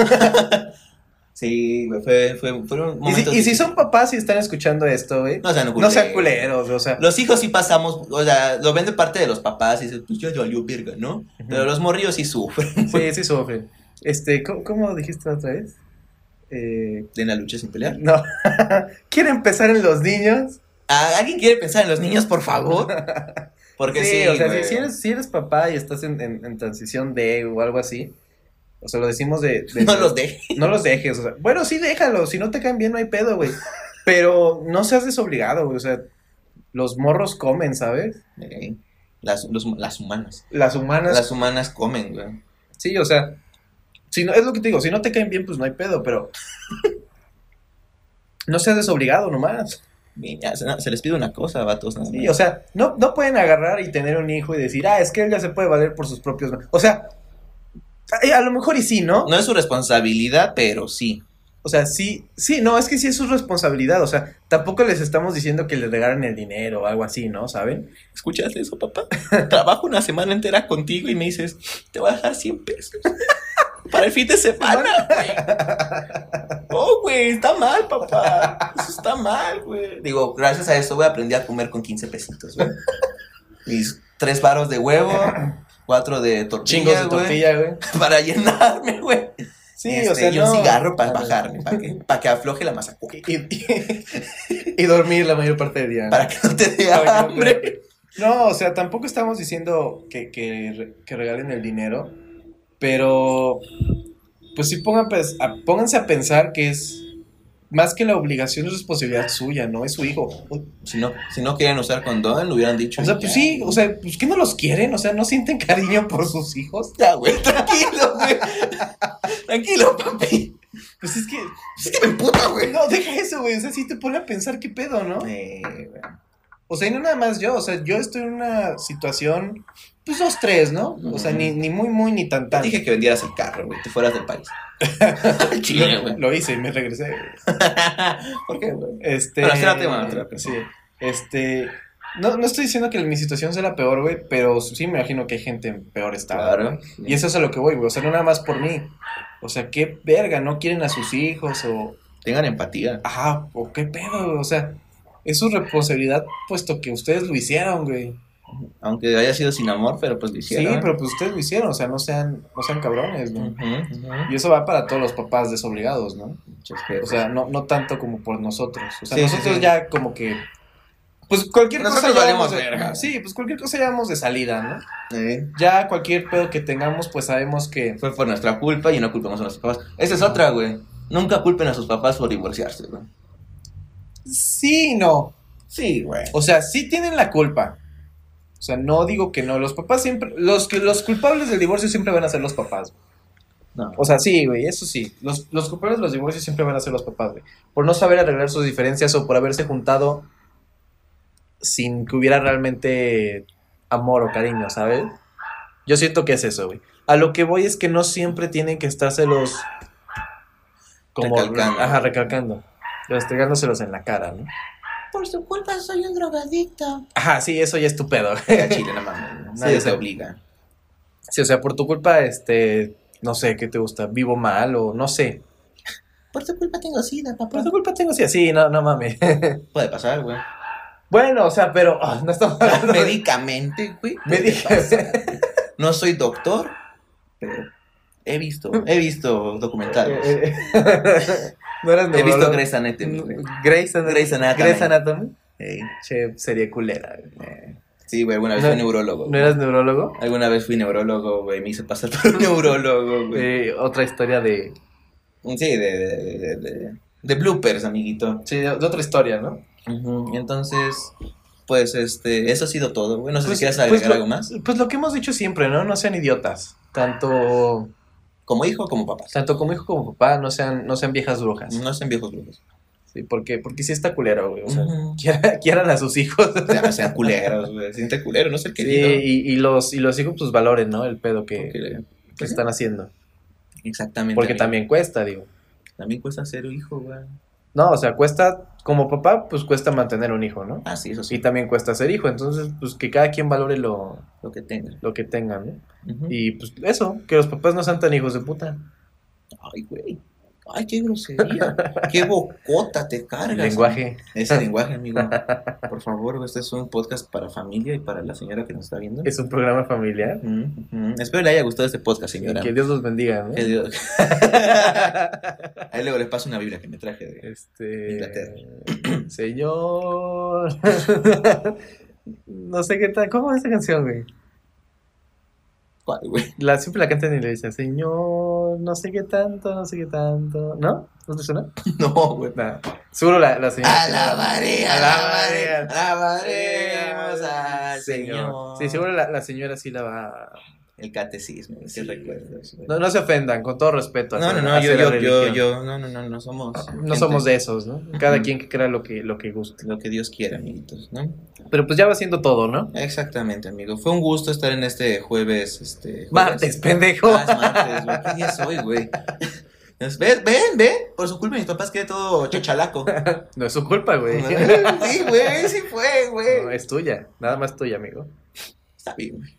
Speaker 2: Sí, güey, fue, fue, fueron
Speaker 3: Y si,
Speaker 2: momentos
Speaker 3: y si
Speaker 2: difíciles.
Speaker 3: son papás y están escuchando esto, güey,
Speaker 2: No sean
Speaker 3: no
Speaker 2: culeros.
Speaker 3: sean culeros, o sea...
Speaker 2: Los hijos sí pasamos, o sea, lo ven de parte de los papás y dicen, pues yo, yo, yo, verga, ¿no? Pero los morrillos sí sufren
Speaker 3: Sí, sí sufren. Pues Este, ¿cómo, cómo dijiste la otra vez? Eh,
Speaker 2: en la lucha sin pelear.
Speaker 3: no. ¿Quiere empezar en los niños?
Speaker 2: ¿A- ¿Alguien quiere pensar en los niños, por favor? Porque sí,
Speaker 3: o sea,
Speaker 2: güey.
Speaker 3: si, si eres, si eres papá y estás en, en- en transición de o algo así, o sea, lo decimos de... de-
Speaker 2: No los dejes.
Speaker 3: no los dejes, o sea, bueno, sí déjalo, si no te caen bien no hay pedo, güey. Pero no seas desobligado, güey, o sea, los morros comen, ¿sabes?
Speaker 2: Ok. eh, Las, los- las humanas.
Speaker 3: Las humanas...
Speaker 2: Las humanas comen, güey.
Speaker 3: Sí, o sea, si no, es lo que te digo, si no te caen bien, pues no hay pedo, pero... no seas desobligado nomás.
Speaker 2: Niña, se, se les pide una cosa, vatos. Nada
Speaker 3: Sí,
Speaker 2: más.
Speaker 3: o sea, no, no pueden agarrar y tener un hijo y decir, ah, es que él ya se puede valer por sus propios... me-". O sea, eh, a, a lo mejor y sí, ¿no?
Speaker 2: No es su responsabilidad, pero sí.
Speaker 3: O sea, sí, sí, no, es que sí es su responsabilidad, o sea, tampoco les estamos diciendo que les regalen el dinero o algo así, ¿no? ¿Saben?
Speaker 2: ¿Escuchaste eso, papá? Trabajo una semana entera contigo y me dices, te voy a dejar 100 pesos. Para el fin de semana, güey. Oh, güey, está mal, papá. Eso está mal, güey. Digo, gracias a eso, güey, aprendí a comer con 15 pesitos, güey. Mis tres varos de huevo, cuatro de tortilla,
Speaker 3: Chingos de
Speaker 2: güey,
Speaker 3: tortilla, güey.
Speaker 2: Para llenarme, güey.
Speaker 3: Sí,
Speaker 2: este,
Speaker 3: o sea,
Speaker 2: y un
Speaker 3: no.
Speaker 2: cigarro para
Speaker 3: Claro.
Speaker 2: bajarme, para que, para que afloje la masa.
Speaker 3: Y, y- y dormir la mayor parte del día. ¿no?
Speaker 2: Para que no te dé
Speaker 3: Para que no te-
Speaker 2: hambre.
Speaker 3: No, o sea, tampoco estamos diciendo que, que re- que regalen el dinero, pero pues sí pongan, pues, a- pónganse a pensar que es más que la obligación es responsabilidad suya, no es su hijo. O,
Speaker 2: Si no, si no querían usar condón, lo hubieran dicho.
Speaker 3: o sea,
Speaker 2: y
Speaker 3: pues
Speaker 2: ya.
Speaker 3: sí, o sea, pues que no los quieren, o sea, no sienten cariño por sus hijos.
Speaker 2: Ya, güey, tranquilo, güey. tranquilo, papi.
Speaker 3: Pues es que,
Speaker 2: Es que me emputa, güey.
Speaker 3: no, deja eso, güey, o sea, sí te pone a pensar qué pedo, ¿no?
Speaker 2: Eh, bueno.
Speaker 3: O sea, y no nada más yo, o sea, yo estoy en una situación, pues dos, tres, ¿no? O sea, ni, ni muy, muy, ni tan,
Speaker 2: Te
Speaker 3: tan.
Speaker 2: dije que vendieras el carro, güey. Te fueras del país. Al Chile,
Speaker 3: Lo,
Speaker 2: güey.
Speaker 3: lo hice y me regresé.
Speaker 2: ¿Por qué, güey?
Speaker 3: Este.
Speaker 2: Pero será tema, será tema.
Speaker 3: Sí. Este. No, no estoy diciendo que mi situación sea la peor, güey, pero sí me imagino que hay gente en peor estado.
Speaker 2: Claro.
Speaker 3: Y eso es a lo que voy, güey. O sea, no nada más por mí. O sea, qué verga, no quieren a sus hijos o.
Speaker 2: Tengan empatía.
Speaker 3: Ajá, o qué pedo, güey. O sea, es su responsabilidad, puesto que ustedes lo hicieron, güey.
Speaker 2: Aunque haya sido sin amor, pero pues lo
Speaker 3: Sí,
Speaker 2: hicieron.
Speaker 3: pero pues ustedes lo hicieron, o sea, no sean, no sean cabrones, güey.
Speaker 2: Ujú, ujú.
Speaker 3: Y eso va para todos los papás desobligados, ¿no?
Speaker 2: Muchos jefes.
Speaker 3: O sea, no, no tanto como por nosotros. O sea,
Speaker 2: Sí, sí,
Speaker 3: nosotros
Speaker 2: sí.
Speaker 3: ya como que. Pues cualquier
Speaker 2: Nosotros
Speaker 3: cosa. ya
Speaker 2: valemos
Speaker 3: vamos de-
Speaker 2: verga.
Speaker 3: Sí, pues cualquier cosa ya vamos de salida, ¿no?
Speaker 2: Eh,
Speaker 3: Ya cualquier pedo que tengamos, pues sabemos que.
Speaker 2: Fue por nuestra culpa y no culpamos a nuestros papás. Esa es otra, güey. Nunca culpen a sus papás por divorciarse, güey.
Speaker 3: Sí y no.
Speaker 2: Sí, güey.
Speaker 3: O sea, sí tienen la culpa. O sea, no digo que no. Los papás siempre. Los, que, los culpables del divorcio siempre van a ser los papás. güey.
Speaker 2: No.
Speaker 3: O sea, sí, güey, eso sí. Los, los culpables de los divorcios siempre van a ser los papás, güey. Por no saber arreglar sus diferencias o por haberse juntado sin que hubiera realmente amor o cariño, ¿sabes? Yo siento que es eso, güey. A lo que voy es que no siempre tienen que estárselos como
Speaker 2: Recalcando.
Speaker 3: Ajá, recalcando. Restregándoselos en la cara, ¿no?
Speaker 1: Por su culpa soy un drogadicto.
Speaker 3: Ajá, sí, eso ya es tu pedo. güey.
Speaker 2: A Chile, no mames. güey. Nadie
Speaker 3: Sí,
Speaker 2: se
Speaker 3: sí.
Speaker 2: obliga.
Speaker 3: Sí, o sea, por tu culpa, este, no sé, ¿qué te gusta? ¿Vivo mal o no sé?
Speaker 1: Por su culpa tengo sida, papá.
Speaker 3: Por tu culpa tengo así, así, no, no mames.
Speaker 2: Puede pasar, güey.
Speaker 3: bueno, o sea, pero ah, no estamos hablando de-
Speaker 2: Médicamente, güey. puede
Speaker 3: Médica-
Speaker 2: pasar. No soy doctor, pero he visto, he visto documentales.
Speaker 3: Eh, eh. no eras
Speaker 2: He visto
Speaker 3: neurólogo.
Speaker 2: Grey's Anatomy. güey.
Speaker 3: Grey's Mm, Anatomy.
Speaker 2: Grey's Anatomy.
Speaker 3: Grey's Anatomy. Eh,
Speaker 2: Ey.
Speaker 3: Che, sería culera. güey.
Speaker 2: Sí, güey, alguna vez
Speaker 3: No-
Speaker 2: fui neurólogo.
Speaker 3: ¿No eras neurólogo?
Speaker 2: Alguna vez fui neurólogo, güey. Me hice pasar por un neurólogo, güey.
Speaker 3: Eh, otra historia de...
Speaker 2: Sí, de, de, de, de- de bloopers, amiguito.
Speaker 3: Sí, de, de otra historia, ¿no?
Speaker 2: Ujú, Entonces, pues este, eso ha sido todo, güey. No sé
Speaker 3: Pues-
Speaker 2: si quieres agregar
Speaker 3: pues lo-
Speaker 2: algo más.
Speaker 3: Pues lo que hemos dicho siempre, ¿no? No sean idiotas. Tanto,
Speaker 2: Como hijo, como papá.
Speaker 3: tanto como hijo como papá, no sean, no sean viejas brujas.
Speaker 2: No sean viejos locos.
Speaker 3: Sí, porque, porque sí está culero, güey. O sea,
Speaker 2: Ujú.
Speaker 3: quiera- quieran a sus hijos.
Speaker 2: O sea, no sean culeros, güey. Siente culero, no sé
Speaker 3: Sí,
Speaker 2: qué
Speaker 3: y, y los, y los hijos, pues valoren, ¿no? El pedo que, que están haciendo.
Speaker 2: Exactamente.
Speaker 3: Porque
Speaker 2: amigo.
Speaker 3: también cuesta, digo.
Speaker 2: También cuesta ser hijo, güey.
Speaker 3: No, o sea, cuesta, como papá, pues cuesta mantener un hijo, ¿no?
Speaker 2: Ah, sí, eso sí,
Speaker 3: Y también cuesta ser hijo. Entonces, pues que cada quien valore lo,
Speaker 2: lo que tenga.
Speaker 3: lo que tenga, ¿no?
Speaker 2: Ujú.
Speaker 3: Y pues eso, que los papás no sean tan hijos de puta.
Speaker 2: Ay, güey. Ay, qué grosería. qué bocota te cargas.
Speaker 3: Lenguaje.
Speaker 2: Ese lenguaje, amigo. Por favor, este es un podcast para familia y para la señora que nos está viendo.
Speaker 3: Es un programa familiar.
Speaker 2: Ujú, ujú. Espero le haya gustado este podcast, señora.
Speaker 3: Que Dios los bendiga, ¿no?
Speaker 2: Que Dios- Ahí luego les paso una Biblia que me traje de
Speaker 3: Este.
Speaker 2: Inglaterra.
Speaker 3: Señor. no sé qué tal. ¿Cómo es esa canción, güey?
Speaker 2: ¿Cuál, güey?
Speaker 3: La, siempre la cantan y le dicen, Señor, no sé qué tanto, no sé qué tanto. ¿No? ¿No te suena?
Speaker 2: No, güey.
Speaker 3: Nada. Seguro la, la señora.
Speaker 2: Alabaré, alabaré,
Speaker 3: Alabaré.
Speaker 2: alabaremos al Señor.
Speaker 3: Sí, seguro la, la señora sí la va.
Speaker 2: El catecismo, si recuerdas.
Speaker 3: No, no se ofendan, con todo respeto.
Speaker 2: No,
Speaker 3: hacia-
Speaker 2: no, no, yo,
Speaker 3: hacia la
Speaker 2: yo, yo,
Speaker 3: religión.
Speaker 2: yo, no, no, no, no somos.
Speaker 3: No somos
Speaker 2: gente-
Speaker 3: de esos, ¿no? Cada
Speaker 2: Ujú.
Speaker 3: quien que crea lo que, lo que guste.
Speaker 2: Lo que Dios quiera, amiguitos, ¿no?
Speaker 3: Pero pues ya va siendo todo, ¿no?
Speaker 2: Exactamente, amigo. Fue un gusto estar en este jueves,
Speaker 3: Pues
Speaker 2: este... jueves.
Speaker 3: Martes, pendejo.
Speaker 2: Ah, es martes, güey. ¿Qué día es hoy, güey? Ven, ven, ven. Por su culpa mis papás quedé todo chachalaco.
Speaker 3: No es su culpa, güey.
Speaker 2: Sí, güey, sí fue,
Speaker 3: No, eh.
Speaker 2: güey.
Speaker 3: es tuya, nada más tuya, amigo.
Speaker 2: Está bien, güey.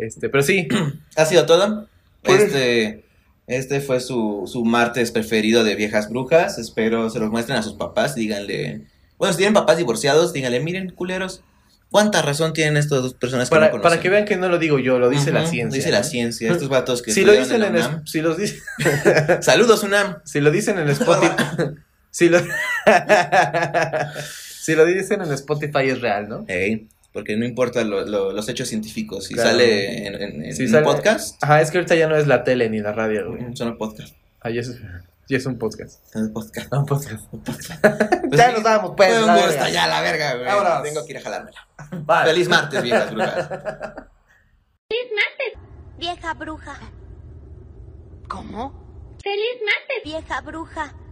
Speaker 3: Este, pero sí,
Speaker 2: ¿Ha sido todo?
Speaker 3: Pues-
Speaker 2: Este, este fue su, su martes preferido de viejas brujas. Espero se los muestren a sus papás. Díganle. Bueno, si tienen papás divorciados, díganle, miren, culeros. ¿Cuánta razón tienen estas dos personas que
Speaker 3: Para,
Speaker 2: no conocen?
Speaker 3: para que vean que no lo digo yo, lo dice la
Speaker 2: Ujú,
Speaker 3: ciencia.
Speaker 2: Dice la
Speaker 3: ¿no?
Speaker 2: ciencia. Estos vatos que
Speaker 3: Si lo,
Speaker 2: estudiaron en
Speaker 3: dicen en
Speaker 2: la
Speaker 3: es-
Speaker 2: UNAM.
Speaker 3: si, los di-
Speaker 2: Saludos, UNAM.
Speaker 3: si lo dicen en Spotify. si, lo... si lo dicen en Spotify es real, ¿no?
Speaker 2: Ey, porque no importa lo- lo- los hechos científicos. Si
Speaker 3: Claro.
Speaker 2: sale en, en- en
Speaker 3: Si
Speaker 2: un
Speaker 3: sale-
Speaker 2: podcast,
Speaker 3: Ajá, es que ahorita ya no es la tele ni la radio, güey.
Speaker 2: son los podcast.
Speaker 3: Ahí es, ya es un podcast.
Speaker 2: Son los podcast.
Speaker 3: Un podcast.
Speaker 2: Pues
Speaker 3: ya
Speaker 2: sí,
Speaker 3: nos damos, pues.
Speaker 2: Fue un
Speaker 3: la
Speaker 2: gusto,
Speaker 3: verga.
Speaker 2: ya la verga, güey.
Speaker 3: Vámonos.
Speaker 2: Tengo que ir a jalármela.
Speaker 3: Bye.
Speaker 2: Feliz martes, viejas brujas.
Speaker 4: Vieja bruja.
Speaker 5: ¿Cómo?
Speaker 4: ¡Feliz martes! Vieja bruja.